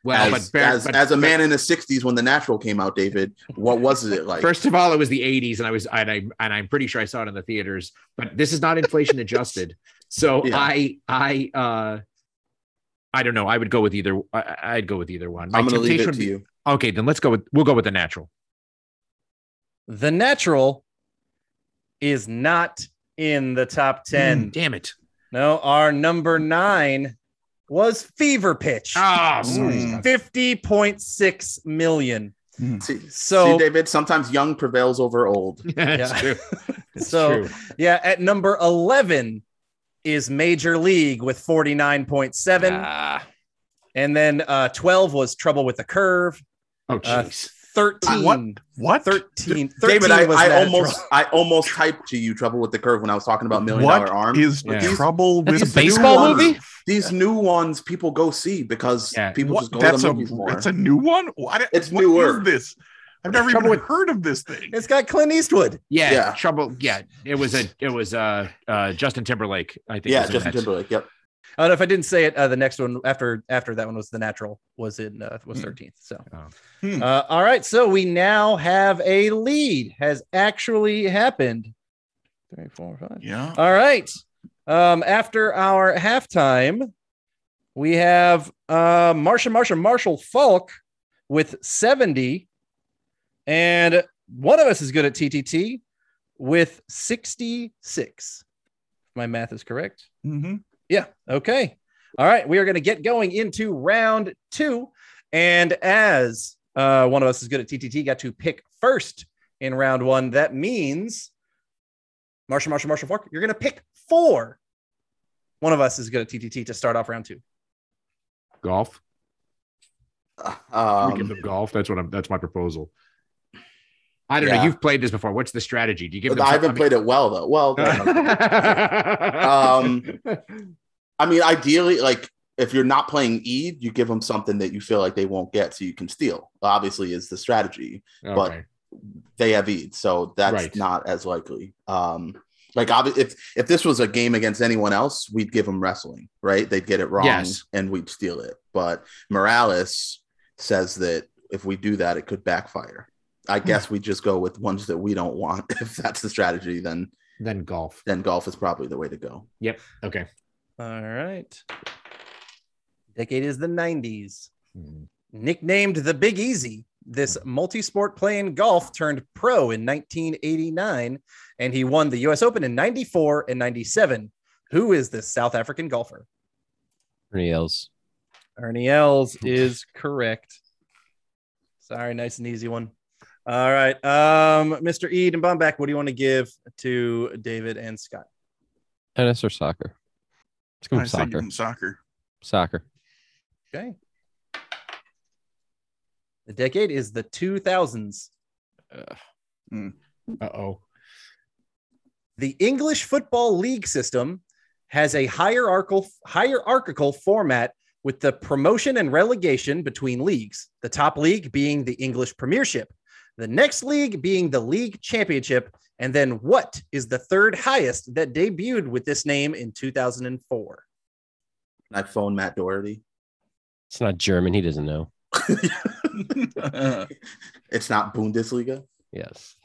S5: Well,
S4: as,
S5: but, Bear-
S4: as,
S5: but-
S4: as a
S5: but
S4: man in the '60s when the Natural came out, David, what was it like?
S5: First of all, it was the '80s, and I was and I and I'm pretty sure I saw it in the theaters. But this is not inflation adjusted, so
S4: Yeah.
S5: I I uh I don't know. I would go with either. I, I'd go with either one.
S4: I'm going to leave
S5: temptation
S4: it
S5: would
S4: to
S5: be-
S4: you.
S5: Okay, then let's go with we'll go with the natural.
S3: The natural is not in the top 10.
S5: Mm, Damn it!
S3: No, our number nine was Fever Pitch.
S5: Oh, sorry.
S2: Mm.
S5: Scott.
S3: 50.6 million.
S4: See,
S3: So-
S4: see, David, sometimes young prevails over old.
S5: That's
S3: Yeah.
S5: true. That's
S3: So-
S5: true.
S3: Yeah, at number 11 is Major League with 49.7.
S6: Ah,
S3: And then uh, 12 was Trouble with the Curve.
S5: oh
S3: Uh,
S5: jeez.
S3: 13.
S2: What? What?
S3: 13. 13
S4: David, I,
S3: was
S4: I
S3: natural.
S4: almost I almost typed to you trouble with the curve when I was talking about million dollar
S2: What
S4: arm.
S2: is
S5: Yeah.
S2: the trouble
S6: That's
S2: with
S6: a
S2: the new
S6: baseball
S2: one?
S6: movie?
S4: These new ones people go see because
S5: Yeah.
S4: people
S2: What-
S4: just go to
S2: that's
S4: the
S2: a
S4: movies more.
S2: that's a new one. What,
S4: It's
S2: what
S4: newer.
S2: is this? I've never even
S5: Trouble with-
S2: heard of this thing.
S3: It's got Clint Eastwood.
S5: Yeah,
S4: Yeah.
S5: trouble. Yeah, it was a it was uh uh Justin Timberlake. I think.
S4: yeah,
S5: was in
S4: Justin
S5: that.
S4: Timberlake. Yep.
S3: Oh, no, if I didn't say it, uh, the next one after after that one was The Natural was in uh, was
S2: Hmm.
S3: 13th. So,
S5: Oh.
S2: Hmm.
S3: uh, all right. So we now have a lead has actually happened. Three, four, five.
S2: Yeah.
S3: All right. Um, after our halftime, we have uh, Marsha, Marsha, Marshall Falk with 70. And one of us is good at TTT with 66. If my math is correct.
S2: hmm
S3: Yeah. Okay. All right. We are going to get going into round two. And as uh, one of us is good at TTT, got to pick first in round one. That means, Marshall, Marshall, Marshall, Fork, you're going to pick four. One of us is good at TTT to start off round two.
S5: Golf. Can we give
S4: Um,
S5: them golf. That's what I'm. That's my proposal. I don't know.
S4: Yeah.
S5: You've played this before. What's the strategy? Do you give them?
S4: I
S5: some-
S4: haven't
S5: mean-
S4: played it well though. Well, Um, I mean, ideally, like if you're not playing Eve, you give them something that you feel like they won't get, so you can steal. Obviously, is the strategy. but-
S5: Okay.
S4: they have eat so that's
S5: Right.
S4: not as likely um like obvi- if if this was a game against anyone else we'd give them wrestling right they'd get it wrong
S5: Yes.
S4: and we'd steal it but morales says that if we do that it could backfire i guess we just go with ones that we don't want if that's the strategy then
S5: then golf.
S4: then golf is probably the way to go
S5: Okay.
S3: All right. Decade is the 90s.
S5: Hmm.
S3: Nicknamed the Big Easy, this multi sport playing golf turned pro in 1989 and he won the US Open in 94 and 97. Who is this South African golfer?
S6: Ernie Els.
S3: Ernie Els is correct. Sorry, nice and easy one. All right. Um, Mr. Ead and Bomback, what do you want to give to David and Scott?
S6: Tennis or soccer? Let's go
S2: I
S6: with
S2: said
S6: soccer.
S2: in soccer.
S6: Soccer.
S3: Okay. The decade is the 2000s.
S5: Uh oh.
S3: The English Football League system has a hierarchical hierarchical format with the promotion and relegation between leagues, the top league being the English Premiership, the next league being the League Championship, and then what is the third highest that debuted with this name in 2004?
S4: I phone Matt Doherty.
S6: It's not German. He doesn't know.
S4: It's not Bundesliga.
S6: Yes.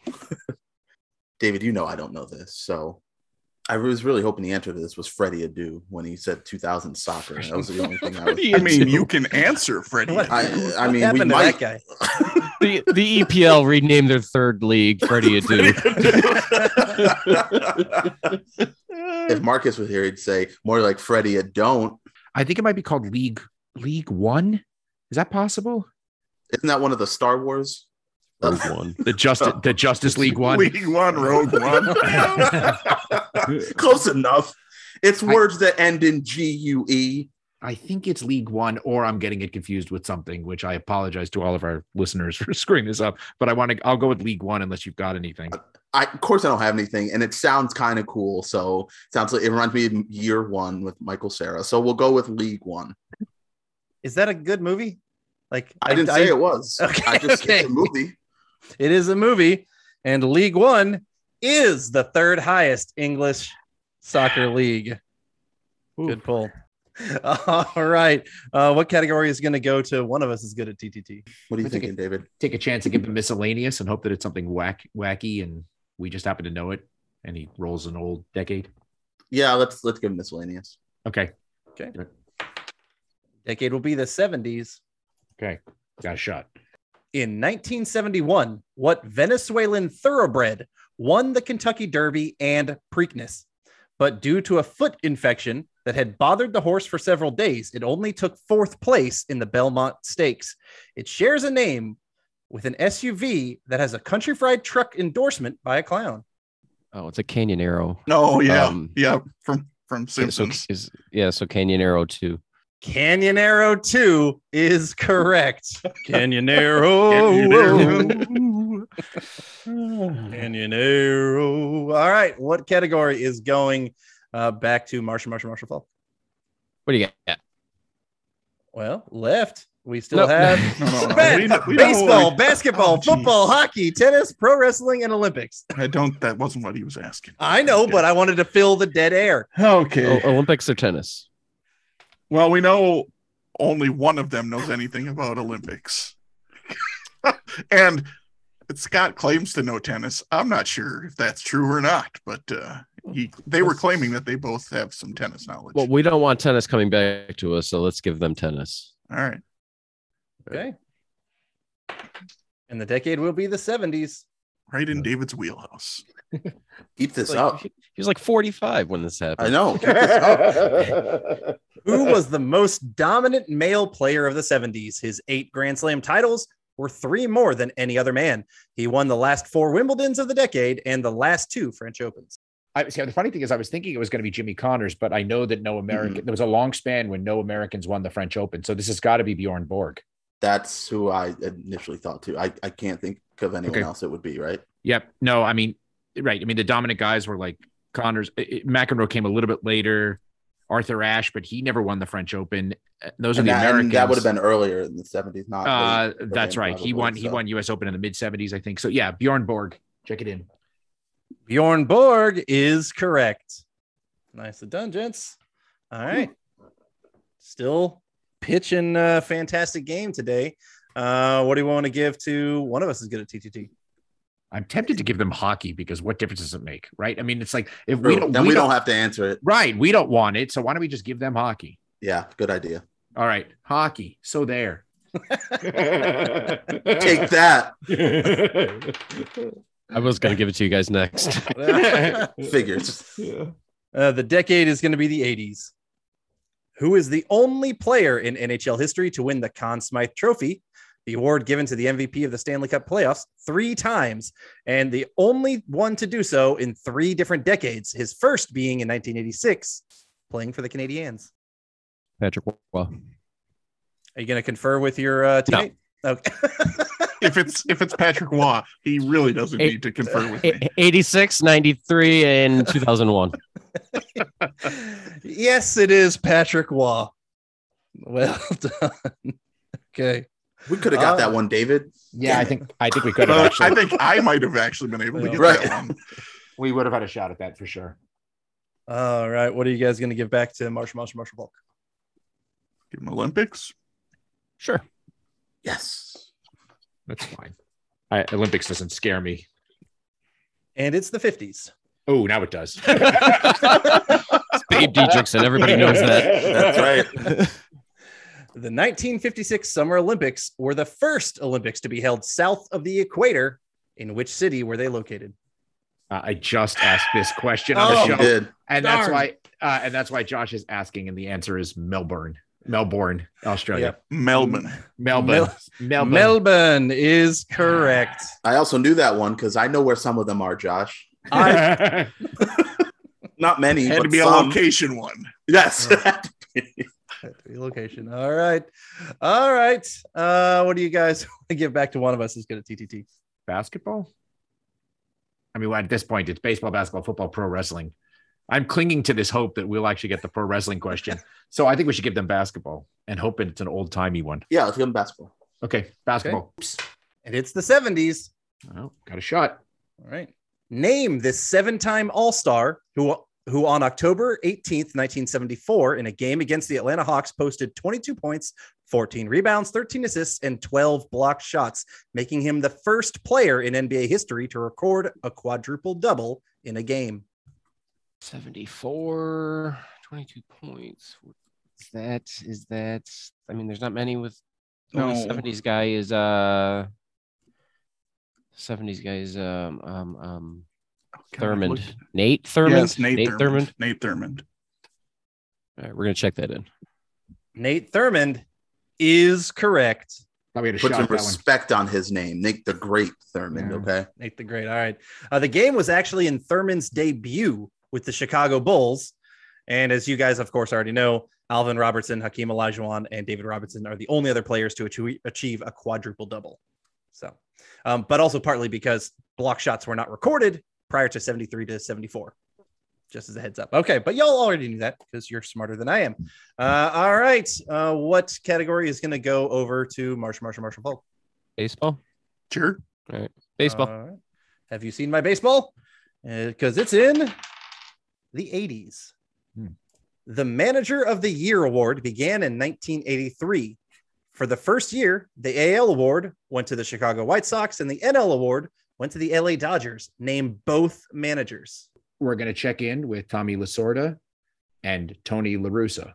S4: David, you know I don't know this, so I was really hoping the answer to this was Freddie Adu when he said 2000 soccer. That was the only thing I was.
S5: Freddie
S2: I mean, you can answer, Freddie.
S3: What?
S4: I, I
S3: What
S4: mean, we
S3: happened to
S4: might.
S3: that
S6: The the EPL renamed their third league Freddie Adu.
S4: if Marcus was here, he'd say more like Freddie a don't.
S5: I think it might be called League League One. Is that possible?
S4: Isn't that one of the Star Wars?
S6: Rogue One.
S5: The Justice the Justice League One.
S2: League One, Rogue One.
S4: Close enough. It's
S5: I-
S4: words that end in G U E.
S5: I think it's League One, or I'm getting it confused with something, which I apologize to all of our listeners for screwing this up. But I want to. I'll go with League One unless you've got anything.
S4: I, of course, I don't have anything, and it sounds kind of cool. So it sounds like it reminds me of Year One with Michael Sarah. So we'll go with League One.
S3: Is that a good movie? Like
S4: I, didn't say it was.
S3: Okay,
S4: I just
S3: okay.
S4: it's a movie.
S3: It is a movie, and League One is the third highest English soccer league. Good pull. All right. Uh, what category is going to go to one of us is good at TTT?
S4: What are you
S5: I think
S4: thinking, David?
S5: Take a chance and give him miscellaneous and hope that it's something whack, wacky, and we just happen to know it. And he rolls an old decade.
S4: Yeah, let's let's give him miscellaneous.
S5: Okay,
S3: Decade will be the 70s.
S5: got a shot.
S3: In 1971, what Venezuelan thoroughbred won the Kentucky Derby and Preakness? But due to a foot infection that had bothered the horse for several days, it only took fourth place in the Belmont Stakes. It shares a name with an SUV that has a country fried truck endorsement by a clown.
S6: Oh, it's a Canyon Arrow.
S2: No, Oh, yeah,
S6: Um,
S2: yeah, from from
S6: Yeah, so
S2: Simpsons.
S6: is yeah, so Canyon Arrow too.
S3: Canyon Arrow 2 is correct. Canyon
S2: Canyon
S3: Canyon Arrow. All right. What category is going uh, back to Marshall, Marshall, Marshall Fall?
S6: What do you got?
S3: Well, left. We still
S6: Nope.
S3: have
S2: No, no, no.
S3: Ben,
S2: We know- we know what
S3: baseball,
S2: we-
S3: basketball,
S2: Oh, geez.
S3: football, hockey, tennis, pro wrestling, and Olympics.
S2: I don't. That wasn't what he was asking.
S3: I know, but I wanted to fill the dead air.
S2: okay.
S6: O- Olympics or tennis?
S2: Well, we know only one of them knows anything about Olympics, and Scott claims to know tennis. I'm not sure if that's true or not, but uh, he they were claiming that they both have some tennis knowledge.
S6: Well, we don't want tennis coming back to us, so let's give them tennis.
S2: All right.
S3: Okay. And the decade will be the 70s.
S2: Right in David's wheelhouse.
S4: Keep this
S6: Like,
S4: up.
S6: He he was like 45 when this happened.
S4: I know. Keep this up.
S3: Who was the most dominant male player of the 70s? His eight Grand Slam titles were three more than any other man. He won the last four Wimbledons of the decade and the last two French Opens.
S5: I see. The funny thing is, I was thinking it was going to be Jimmy Connors, but I know that no American. There was a long span when no Americans won the French Open, so this has got to be Bjorn Borg.
S4: That's who I initially thought too. I, I can't think of anyone
S5: Okay.
S4: else it would be, right?
S5: Yep. No, I mean, right. I mean, the dominant guys were like Connors. It, it- McEnroe came a little bit later. Arthur Ashe, but he never won the French Open. Uh, Those
S4: And
S5: are the
S4: that, and
S5: Americans.
S4: that would have been earlier in the 70s, not late.
S5: Uh,
S4: for
S5: that's
S4: him,
S5: right. he won.
S4: probably,
S5: He
S4: so.
S5: won U.S. Open in the mid '70s, I think. So yeah, Bjorn Borg. Check it in.
S3: Bjorn Borg is correct. Nicely done, gents. All right. Still pitching a fantastic game today. Uh, what do you want to give to one of us is good at TTT?
S5: I'm tempted to give them hockey because what difference does it make, right? I mean, it's like if
S4: True.
S5: we don't,
S4: then
S5: we,
S4: we
S5: don't,
S4: don't have to answer it.
S5: right, we don't want it. So why don't we just give them hockey?
S4: Yeah, good idea.
S5: All right, hockey. So there.
S4: Take that.
S6: I was going to give it to you guys next.
S4: Figures.
S3: Uh, the decade is going to be the 80s. Who is the only player in NHL history to win the Conn Smythe Trophy, the award given to the MVP of the Stanley Cup playoffs, three times, and the only one to do so in three different decades? His first being in 1986, playing for the Canadiens.
S6: Patrick Waugh.
S3: Are you going to confer with your uh, teammate? Okay.
S2: if it's if it's Patrick Waugh, he really doesn't need to confer with me.
S6: 86, 93, and 2001.
S3: yes, it is Patrick Waugh. Well done. okay.
S4: We could have got
S3: Uh,
S4: that one, David.
S5: Yeah, I think I think we could have
S2: But I
S5: actually.
S2: think I might have actually been able to get
S4: Right.
S2: that one.
S5: we would have had a shot at that for sure.
S3: All right. What are you guys going to give back to Marshall Marshall Marshall Bulk?
S2: Give him Olympics.
S6: Sure.
S4: Yes.
S5: That's fine. I, Olympics doesn't scare me.
S3: And it's the 50s.
S5: Oh, now it does.
S6: It's Babe Diedrichson. Everybody knows that.
S4: That's right.
S3: The 1956 Summer Olympics were the first Olympics to be held south of the equator. In which city were they located?
S5: Uh, I just asked this question on the
S4: You
S5: show,
S4: did.
S5: and that's
S3: Darn.
S5: why uh, and that's why Josh is asking, and the answer is Melbourne, Melbourne, Australia,
S2: Melbourne.
S5: Melbourne, Melbourne.
S3: Melbourne is correct.
S4: I also knew that one because I know where some of them are, Josh.
S3: I,
S4: Not many.
S2: Had
S4: but
S2: to be a
S4: some.
S2: location one.
S5: Uh.
S4: Yes.
S3: location. All right. All right. Uh, what do you guys want to give back to one of us who's good at TTT?
S5: basketball. I mean, well, at this point, it's baseball, basketball, football, pro wrestling. I'm clinging to this hope that we'll actually get the pro wrestling question. so I think we should give them basketball and hope it's an old timey one.
S4: yeah, let's give them basketball.
S5: Okay, basketball. Oops.
S3: And it's the 70s.
S5: Oh, got a shot.
S3: All right. Name this seven-time All-Star who who on October 18th, 1974, in a game against the Atlanta Hawks, posted 22 points, 14 rebounds, 13 assists, and 12 block shots, making him the first player in NBA history to record a quadruple double in a game.
S6: 74, 22 points. Is that, is that, I mean, there's not many with the only
S2: No.
S6: 70s guy is, uh, 70s guy is, um, um, um,
S2: Okay,
S6: Thurmond.
S2: look-
S6: Nate Thurmond.
S2: Yes, Nate,
S6: Nate
S2: Thurmond.
S6: Thurmond.
S2: Nate Thurmond.
S6: All right, we're going to check that in.
S3: Nate Thurmond is correct.
S5: Thought we had a
S4: Put
S5: shot
S4: some
S5: at that one.
S4: respect on his name, Nick the Great Thurmond.
S5: Yeah.
S4: Okay.
S3: Nate the Great. All right. Uh, the game was actually in Thurman's debut with the Chicago Bulls. And as you guys, of course, already know, Alvin Robertson, Hakeem Olajuwon, and David Robinson are the only other players to achu- achieve a quadruple double. So, um, but also partly because block shots were not recorded prior to 73 to 74. Just as a heads up. Okay. But y'all already knew that because you're smarter than I am. Uh, all right. Uh, what category is going to go over to Marshall, Marshall, Marshall Polk?
S6: Baseball.
S2: Sure. Uh,
S6: Baseball.
S3: All right. Have you seen my baseball? Because it's in the 80s.
S5: Hmm.
S3: The Manager of the Year award began in 1983. For the first year, the AL award went to the Chicago White Sox and the NL award went to the LA Dodgers. Name both managers.
S5: We're going to check in with Tommy Lasorda and Tony LaRussa.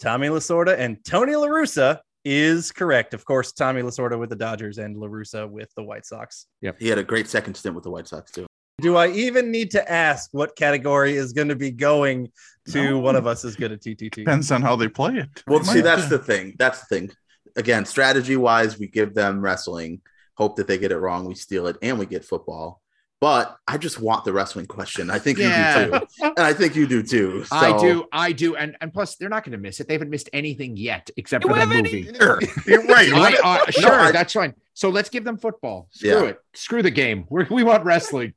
S3: Tommy Lasorda and Tony LaRussa is correct. Of course, Tommy Lasorda with the Dodgers and LaRussa with the White Sox.
S4: He had a great second stint with the White Sox, too.
S3: Do I even need to ask what category is going to be going to
S2: No.
S3: one of us is good at TTT?
S2: Depends on how they play it.
S4: Well,
S2: They
S4: see,
S2: might-
S4: that's the thing. That's the thing. Again, strategy wise, we give them wrestling, hope that they get it wrong, we steal it, and we get football. But I just want the wrestling question. I think you do
S5: Yeah.
S4: too. And I think you do too.
S5: I
S4: So-
S5: do, I do, and and plus they're not going to miss it. They haven't missed anything yet, except
S6: You
S5: for the
S6: haven't
S5: movie.
S6: either.
S2: You're right.
S5: I-
S2: What-
S5: uh, sure,
S4: I-
S5: that's fine. So let's give them football. Screw
S4: Yeah.
S5: it. Screw the game. We're, we want wrestling.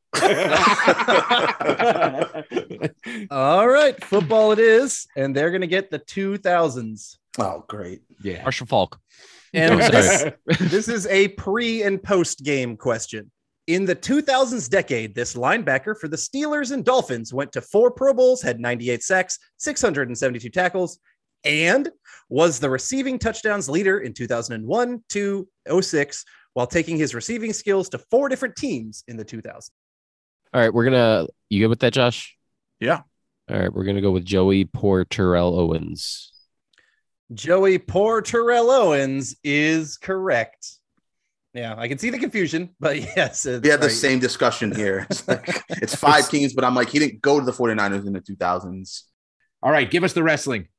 S3: All right, football it is, and they're going to get the 2000s.
S4: Oh, great.
S5: yeah.
S6: Marshall Falk.
S3: And
S6: I'm sorry.
S3: this, this is a pre and post game question. In the 2000s decade, this linebacker for the Steelers and Dolphins went to four Pro Bowls, had 98 sacks, 672 tackles, and was the receiving touchdowns leader in 2001 to 06 while taking his receiving skills to four different teams in the 2000s.
S6: All right, we're gonna. You good with that, Josh?
S2: Yeah.
S6: All right, we're gonna go with Joey Poor Terrell Owens.
S3: Joey Poor Terrell Owens is correct. Yeah, I can see the confusion, but yes. it's
S4: We had the
S3: right.
S4: same discussion here. It's, like, it's five teams, but I'm like, he didn't go to the 49ers in the 2000s.
S5: All right, give us the wrestling.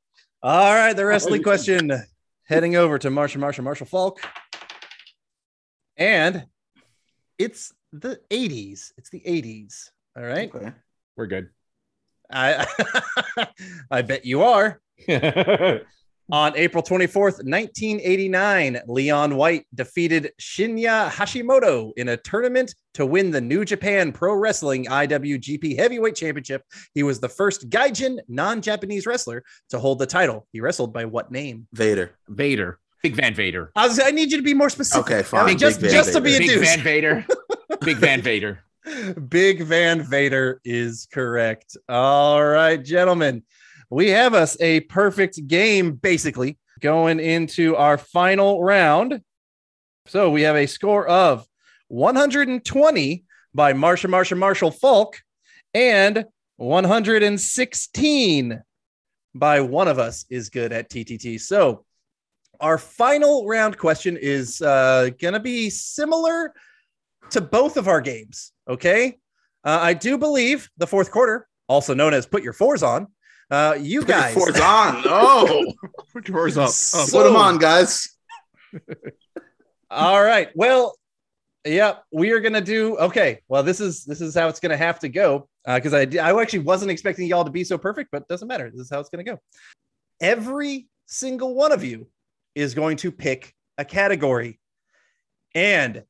S3: All right, the wrestling question. Heading over to Marshall, Marshall, Marshall Falk. And it's the 80s. It's the 80s. All right.
S4: Okay.
S5: We're good.
S3: I I bet you are. On April 24th, 1989, Leon White defeated Shinya Hashimoto in a tournament to win the New Japan Pro Wrestling IWGP Heavyweight Championship. He was the first Gaijin non Japanese wrestler to hold the title. He wrestled by what name?
S4: Vader.
S5: Vader, Big Van Vader.
S3: I, was, I need you to be more specific.
S4: Okay, fine.
S3: Big just-
S4: Van
S3: just to be
S4: Vader.
S3: a
S5: Big
S3: douche.
S5: Van Vader. Big Van Vader.
S3: Big Van Vader is correct. All right, gentlemen, we have us a perfect game basically going into our final round. So we have a score of 120 by Marsha Marsha Marshall Falk and 116 by one of us is good at TTT. So our final round question is uh, going to be similar to both of our games. Okay. Uh, I do believe the fourth quarter, also known as put your fours on, uh, you guys.
S4: Four's on. Oh,
S2: Put yours up. up.
S4: put them on, guys.
S3: All right. Well, yep. We are gonna do okay. Well, this is this is how it's gonna have to go because I I actually wasn't expecting y'all to be so perfect, but it doesn't matter. This is how it's gonna go. Every single one of you is going to pick a category, and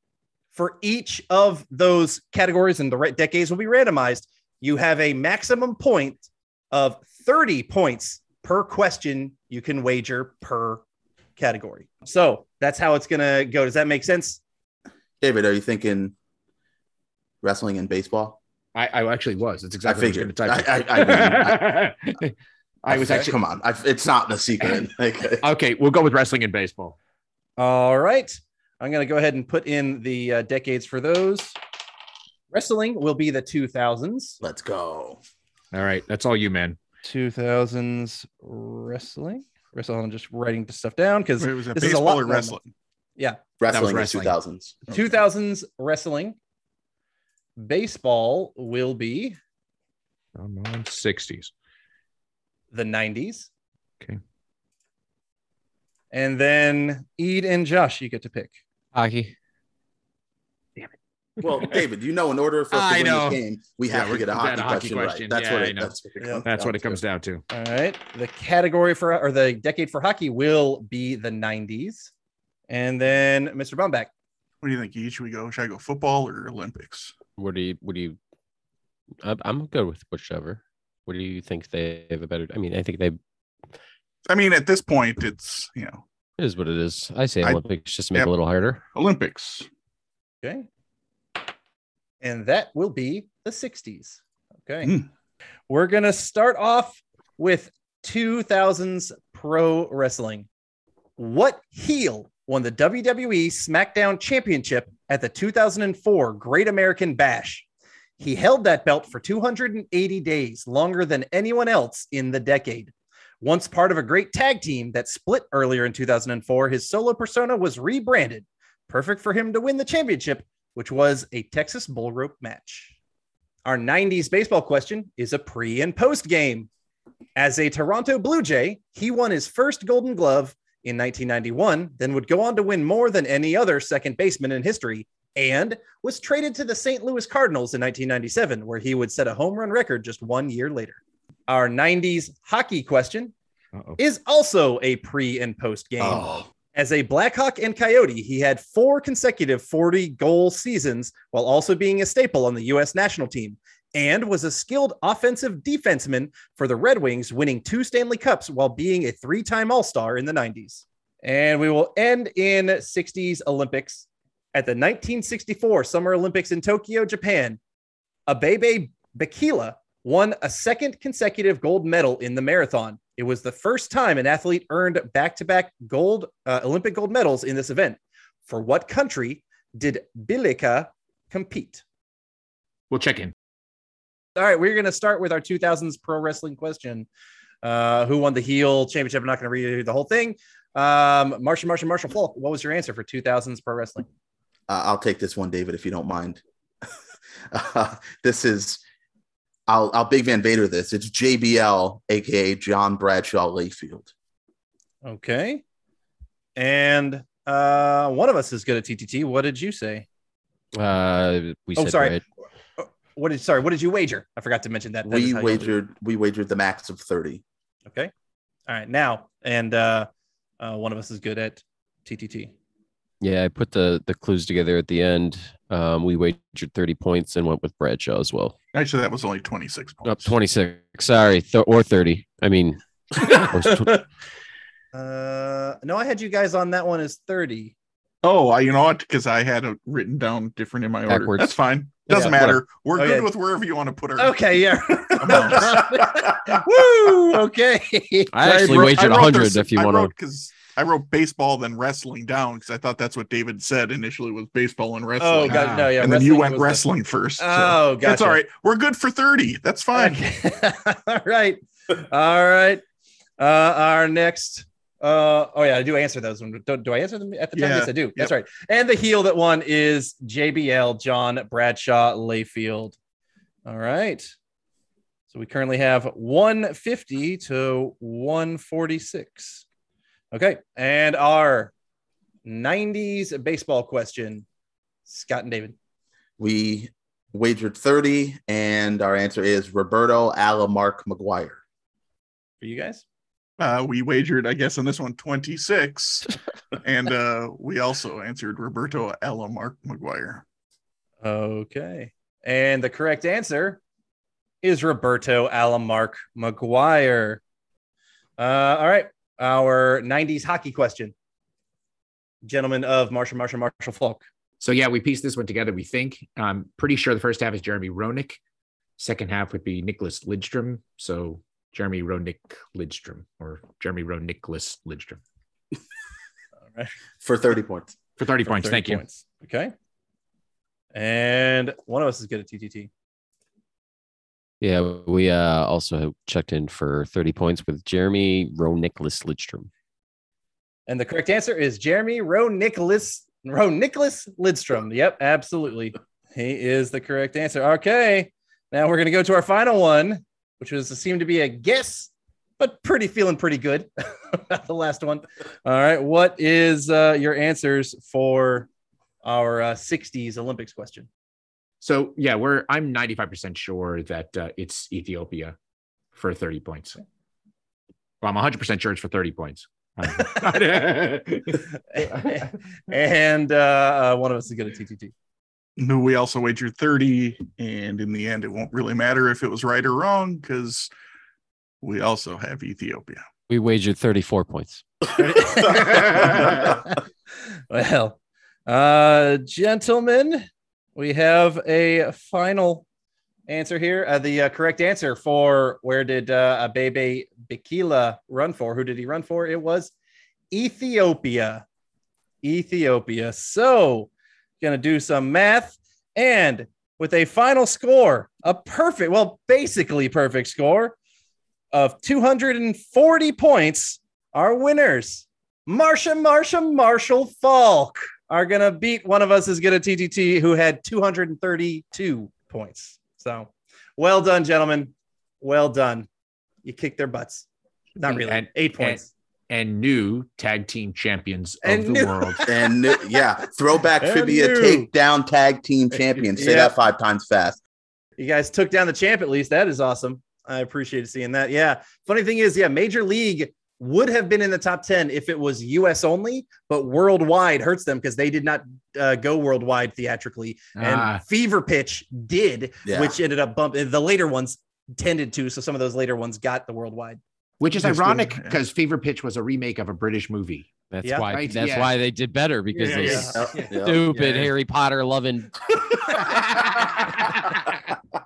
S3: for each of those categories and the right decades will be randomized. You have a maximum point of thirty points per question you can wager per category. So that's how it's gonna go. Does that make sense?
S4: David, are you thinking wrestling and baseball?
S5: I, I actually was. That's exactly
S4: I
S5: what I was
S4: figured.
S5: going to type.
S4: I-
S5: I, was actually.
S4: Come on, I, it's not a secret. Like,
S5: Okay, we'll go with wrestling and baseball.
S3: All right. I'm gonna go ahead and put in the uh, decades for those. Wrestling will be the 2000s.
S4: let's go.
S5: All right, that's all you, man.
S3: 2000s wrestling. Wrestling. I'm just writing the stuff down because
S2: Wait, was that
S3: This is a
S2: baseball
S3: lot
S2: or
S3: more
S2: wrestling?
S4: Wrestling,
S5: wrestling.
S4: in 2000s.
S3: 2000s wrestling. Baseball will be
S5: Come on, sixties.
S3: the 90s.
S5: Okay.
S3: And then Ede and Josh, you get to pick.
S6: Hockey.
S4: Well, David, you know, in order for us
S5: I
S4: to win
S5: know.
S4: this game, we
S5: Yeah,
S4: have
S5: we're-
S4: to get a
S5: we
S4: hockey,
S5: got a hockey
S4: question,
S5: question.
S4: right. That's
S5: Yeah,
S4: what
S5: I
S4: it,
S5: know.
S4: that's what it
S3: Yeah.
S4: comes
S5: That's what it
S4: down
S5: comes
S4: to.
S5: down to.
S3: All right. The category for or the decade for hockey will be the 90s. And then Mr. Bomback.
S2: What do you think? Each we go. Should I go football or Olympics?
S6: What do you? What do you? I'm, I'm good with whichever. What do you think they have a better? I mean, I think they it
S2: I mean, at this point, it's you know
S6: is what it is. I say
S2: I-
S6: Olympics just to make it
S2: Yep.
S6: a little harder.
S2: Olympics.
S3: Okay. And that will be the 60s. Okay.
S2: Hmm.
S3: We're going to start off with 2000s pro wrestling. What heel won the WWE SmackDown Championship at the 2004 Great American Bash? He held that belt for 280 days, longer than anyone else in the decade. Once part of a great tag team that split earlier in 2004, his solo persona was rebranded perfect for him to win the championship, which was a Texas bull rope match. Our 90s baseball question is a pre and post game. As a Toronto Blue Jay, he won his first golden glove in 1991, then would go on to win more than any other second baseman in history, and was traded to the St. Louis Cardinals in 1997, where he would set a home run record just one year later. Our 90s hockey question
S5: Uh-oh.
S3: is also a pre and post game.
S4: Oh,
S3: As a Blackhawk and Coyote, he had four consecutive 40 goal seasons while also being a staple on the U.S. national team and was a skilled offensive defenseman for the Red Wings, winning two Stanley Cups while being a three time All Star in the 90s. And we will end in 60s Olympics. At the 1964 Summer Olympics in Tokyo, Japan, Abebe Bakila won a second consecutive gold medal in the marathon. It was the first time an athlete earned back-to-back gold uh, Olympic gold medals in this event. For what country did Bilika compete?
S5: We'll check in.
S3: All right, we're going to start with our 2000s pro wrestling question. Uh, who won the heel championship? I'm not going to redo the whole thing. Um, Martian, Martian, Marshall Falk. What was your answer for 2000s pro wrestling?
S4: uh, I'll take this one, David, if you don't mind. uh, this is, I'll, I'll Big Van Vader this. It's JBL, aka John Bradshaw Layfield.
S3: Okay. And uh, one of us is good at TTT. What did you say?
S6: Uh, we
S3: Oh,
S6: said
S3: sorry.
S6: right.
S3: What did sorry? What did you wager? I forgot to mention that. That is
S4: We
S3: how you-
S4: wagered, we wagered the max of 30.
S3: Okay. All right, now and uh, uh, one of us is good at TTT.
S6: Yeah, I put the the clues together at the end. Um, we wagered 30 points and went with Bradshaw as well.
S2: Actually, that was only 26 points.
S6: Up 26. Sorry, th- or 30. I mean, or tw-
S3: Uh, no, I had you guys on that one as thirty.
S2: Oh, I, you know what? Because I had it written down different in my order.
S6: Backwards.
S2: That's fine. Doesn't
S6: Yeah,
S2: matter. We're
S4: Oh,
S3: Okay.
S2: good with wherever you want to put her.
S3: Okay, yeah.
S2: on.
S3: Woo. Okay.
S6: I actually
S2: wrote-
S6: wagered
S2: wrote
S6: 100
S2: this-
S6: if you
S2: I
S6: want to.
S2: wrote because I wrote baseball then wrestling down because I thought that's what David said initially was baseball and wrestling.
S3: Oh god,
S6: Ah.
S3: no, yeah.
S2: and then you
S3: wrestling
S2: went
S3: was the-
S2: wrestling first. so
S3: Oh, gotcha.
S2: That's all right. We're good for 30. That's fine.
S3: Okay. all right. All right. Uh, our next. Uh, oh yeah, I do answer those. One. Do, do I answer them at the time?
S2: Yeah.
S3: Yes, I do. That's right. And the heel that won is JBL John Bradshaw Layfield. All right. So we currently have 150 to 146. Okay. And our 90s baseball question, Scott and David.
S4: We wagered 30, and our answer is Roberto Alamark McGuire.
S3: For you guys?
S2: Uh, we wagered, I guess, on this one 26. and uh, we also answered Roberto Ella Mark McGuire.
S3: Okay. And the correct answer is Roberto Alamark McGuire. Uh, all right. Our 90s hockey question. Gentlemen of Marshall, Marshall, Marshall Falk.
S5: So yeah, we pieced this one together. We think I'm pretty sure the first half is Jeremy Roenick. Second half would be Nicholas Lidstrom. So Jeremy Roenick Lidstrom or Jeremy Roenicklas Lidstrom
S4: for 30 points.
S5: for 30 points. Thank you.
S3: you. Okay. And one of us is good at TTT.
S6: yeah, we uh, also checked in for 30 points with Jeremy Roe Nicholas Lidstrom.
S3: And the correct answer is Jeremy Roe Nicholas Roe Nicholas Lidstrom. Yep, absolutely. He is the correct answer. Okay. Now we're gonna go to our final one, which was seemed to be a guess, but pretty feeling pretty good. about the last one. All right. What is uh, your answers for our uh, 60s Olympics question?
S5: So yeah, we're I'm 95% sure that uh, it's Ethiopia for 30 points. Well, I'm 100% sure it's for 30 points. Um,
S3: and uh, uh, one of us is good at TTT.
S2: No, we also wagered 30. And in the end, it won't really matter if it was right or wrong because we also have Ethiopia.
S6: We wagered 34 points.
S3: well, uh, gentlemen, we have a final answer here. Uh, the uh, correct answer for where did uh, Abebe Bikila run for? Who did he run for? It was Ethiopia. Ethiopia. So, gonna do some math and with a final score, a perfect, well, basically perfect score of 240 points, our winners Marsha, Marsha, Marshall Falk are going to beat one of us is good at TTT who had 232 points. So well done, gentlemen. Well done. You kicked their butts. Not really.
S5: And-
S3: Eight points.
S5: and new tag team champions of
S3: And
S5: the
S3: new-
S5: world.
S4: And uh, yeah, throwback
S3: And
S4: trivia
S3: new.
S4: takedown tag team champion. Say
S3: Yeah.
S4: that five times fast.
S3: you guys took down the champ at least. That is awesome. I appreciate seeing that. Yeah. Funny thing is, yeah, Major League would have been in the top 10 if it was US only, but worldwide hurts them because they did not uh, go worldwide theatrically.
S5: Ah.
S3: And Fever Pitch did,
S4: Yeah.
S3: which ended up bumping the later ones tended to. So some of those later ones got the worldwide.
S5: Which is
S2: Interesting,
S5: ironic
S2: yeah.
S5: because Fever Pitch was a remake of a British movie.
S6: That's
S3: Yeah.
S6: why
S5: Right,
S6: that's
S5: yeah.
S6: why they did better because
S2: Yeah,
S6: they
S2: yeah.
S6: stupid
S5: Yeah.
S6: Harry Potter loving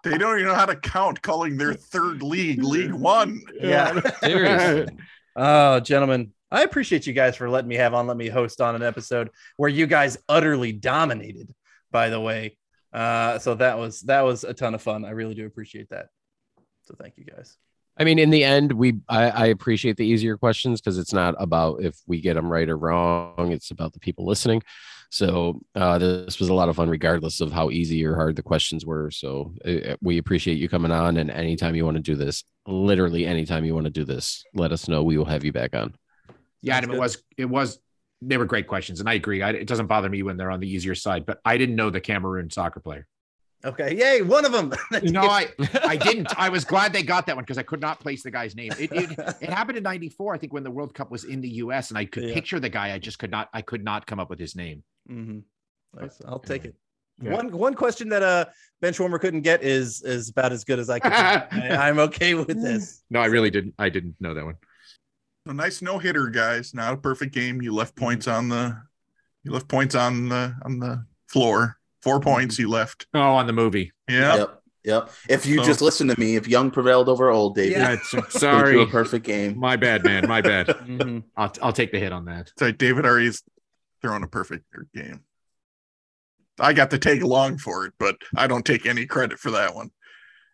S2: They don't even know how to count, calling their third league League One.
S3: Yeah.
S6: series.
S3: Oh, gentlemen, I appreciate you guys for letting me have on, let me host on an episode where you guys utterly dominated, by the way. Uh, so that was that was a ton of fun. I really do appreciate that. So thank you guys.
S6: I mean, in the end, we I, I appreciate the easier questions because it's not about if we get them right or wrong. It's about the people listening. So uh, this was a lot of fun, regardless of how easy or hard the questions were. So uh, we appreciate you coming on, and anytime you want to do this, literally anytime you want to do this, let us know. We will have you back on.
S5: Yeah,
S3: Sounds
S5: Adam,
S3: good.
S5: it was it was they were great questions, and I agree. I, it doesn't bother me when they're on the easier side, but I didn't know the Cameroon soccer player.
S3: Okay. Yay. One of them.
S5: No, I, I didn't. I was glad they got that one because I could not place the guy's name. It, it, it happened in '94, I think, when the World Cup was in the U.S. and I could
S3: Yeah.
S5: picture the guy. I just could not. I could not come up with his name.
S3: Mhm. That's- I'll take it.
S5: Yeah.
S3: One one question that uh benchwarmer couldn't get is is about as good as I could. I, I'm okay with this.
S5: No, I really didn't. I didn't know that one.
S2: A nice no hitter, guys. Not a perfect game. You left points on the you left points on the on the floor. Four points you left.
S5: Oh, on the movie.
S2: Yeah.
S4: Yep. Yep. If you
S2: So-
S4: just listen to me, if young prevailed over old, David,
S3: Yeah.
S4: yeah.
S5: That's-
S4: a
S5: sorry,
S4: perfect game.
S5: my bad, man. My bad.
S3: Mhm.
S5: I'll, I'll take the hit on that.
S2: So David Ari's throwing a perfect game. I got to take along for it, but I don't take any credit for that one.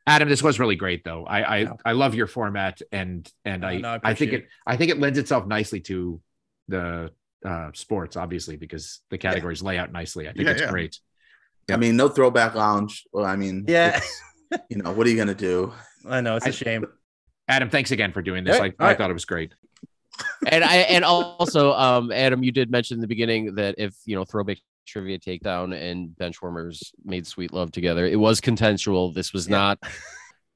S5: Adam, this was really great, though. I I,
S3: Yeah.
S5: I love your format, and and
S3: No,
S5: I
S3: no, I
S5: I, think
S3: appreciate
S5: it I think it lends itself nicely to the uh, sports, obviously, because the categories lay out nicely. I think
S2: Yeah,
S5: it's
S2: yeah.
S5: great.
S4: I mean, no throwback lounge. Well, I mean,
S3: Yeah.
S4: it's- you know, what are you gonna do?
S3: I know it's
S5: I-
S3: a shame.
S5: Adam, thanks again for doing this.
S3: Hey,
S5: I,
S3: all
S5: I
S3: right.
S5: thought it was great.
S6: and I and also um Adam, you did mention in the beginning that if you know throwback trivia takedown and benchwarmers made sweet love together, it was consensual. This was
S3: Yeah.
S6: not.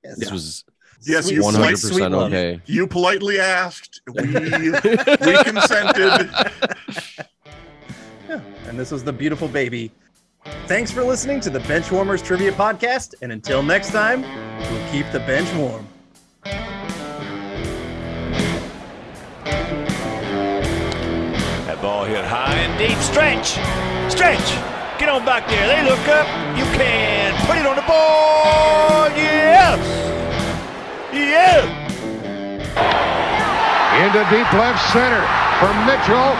S3: Yes.
S6: This was
S2: Yes,
S3: Sweet-
S2: you
S6: one hundred
S2: sliced
S3: sweet
S6: percent
S3: love.
S6: okay.
S2: You politely asked. We we consented.
S3: Yeah. And this was the beautiful baby. Thanks for listening to the Benchwarmers Trivia Podcast. And until next time, we'll keep the bench warm.
S7: That ball hit high and deep. Stretch, stretch. Get on back there. They look up. You can put it on the board. Yes. Yes.
S8: into deep left center for Mitchell,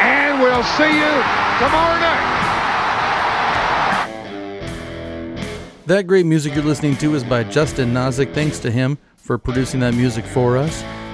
S8: and we'll see you tomorrow night.
S1: That great music you're listening to is by Justin Nozick. Thanks to him for producing that music for us.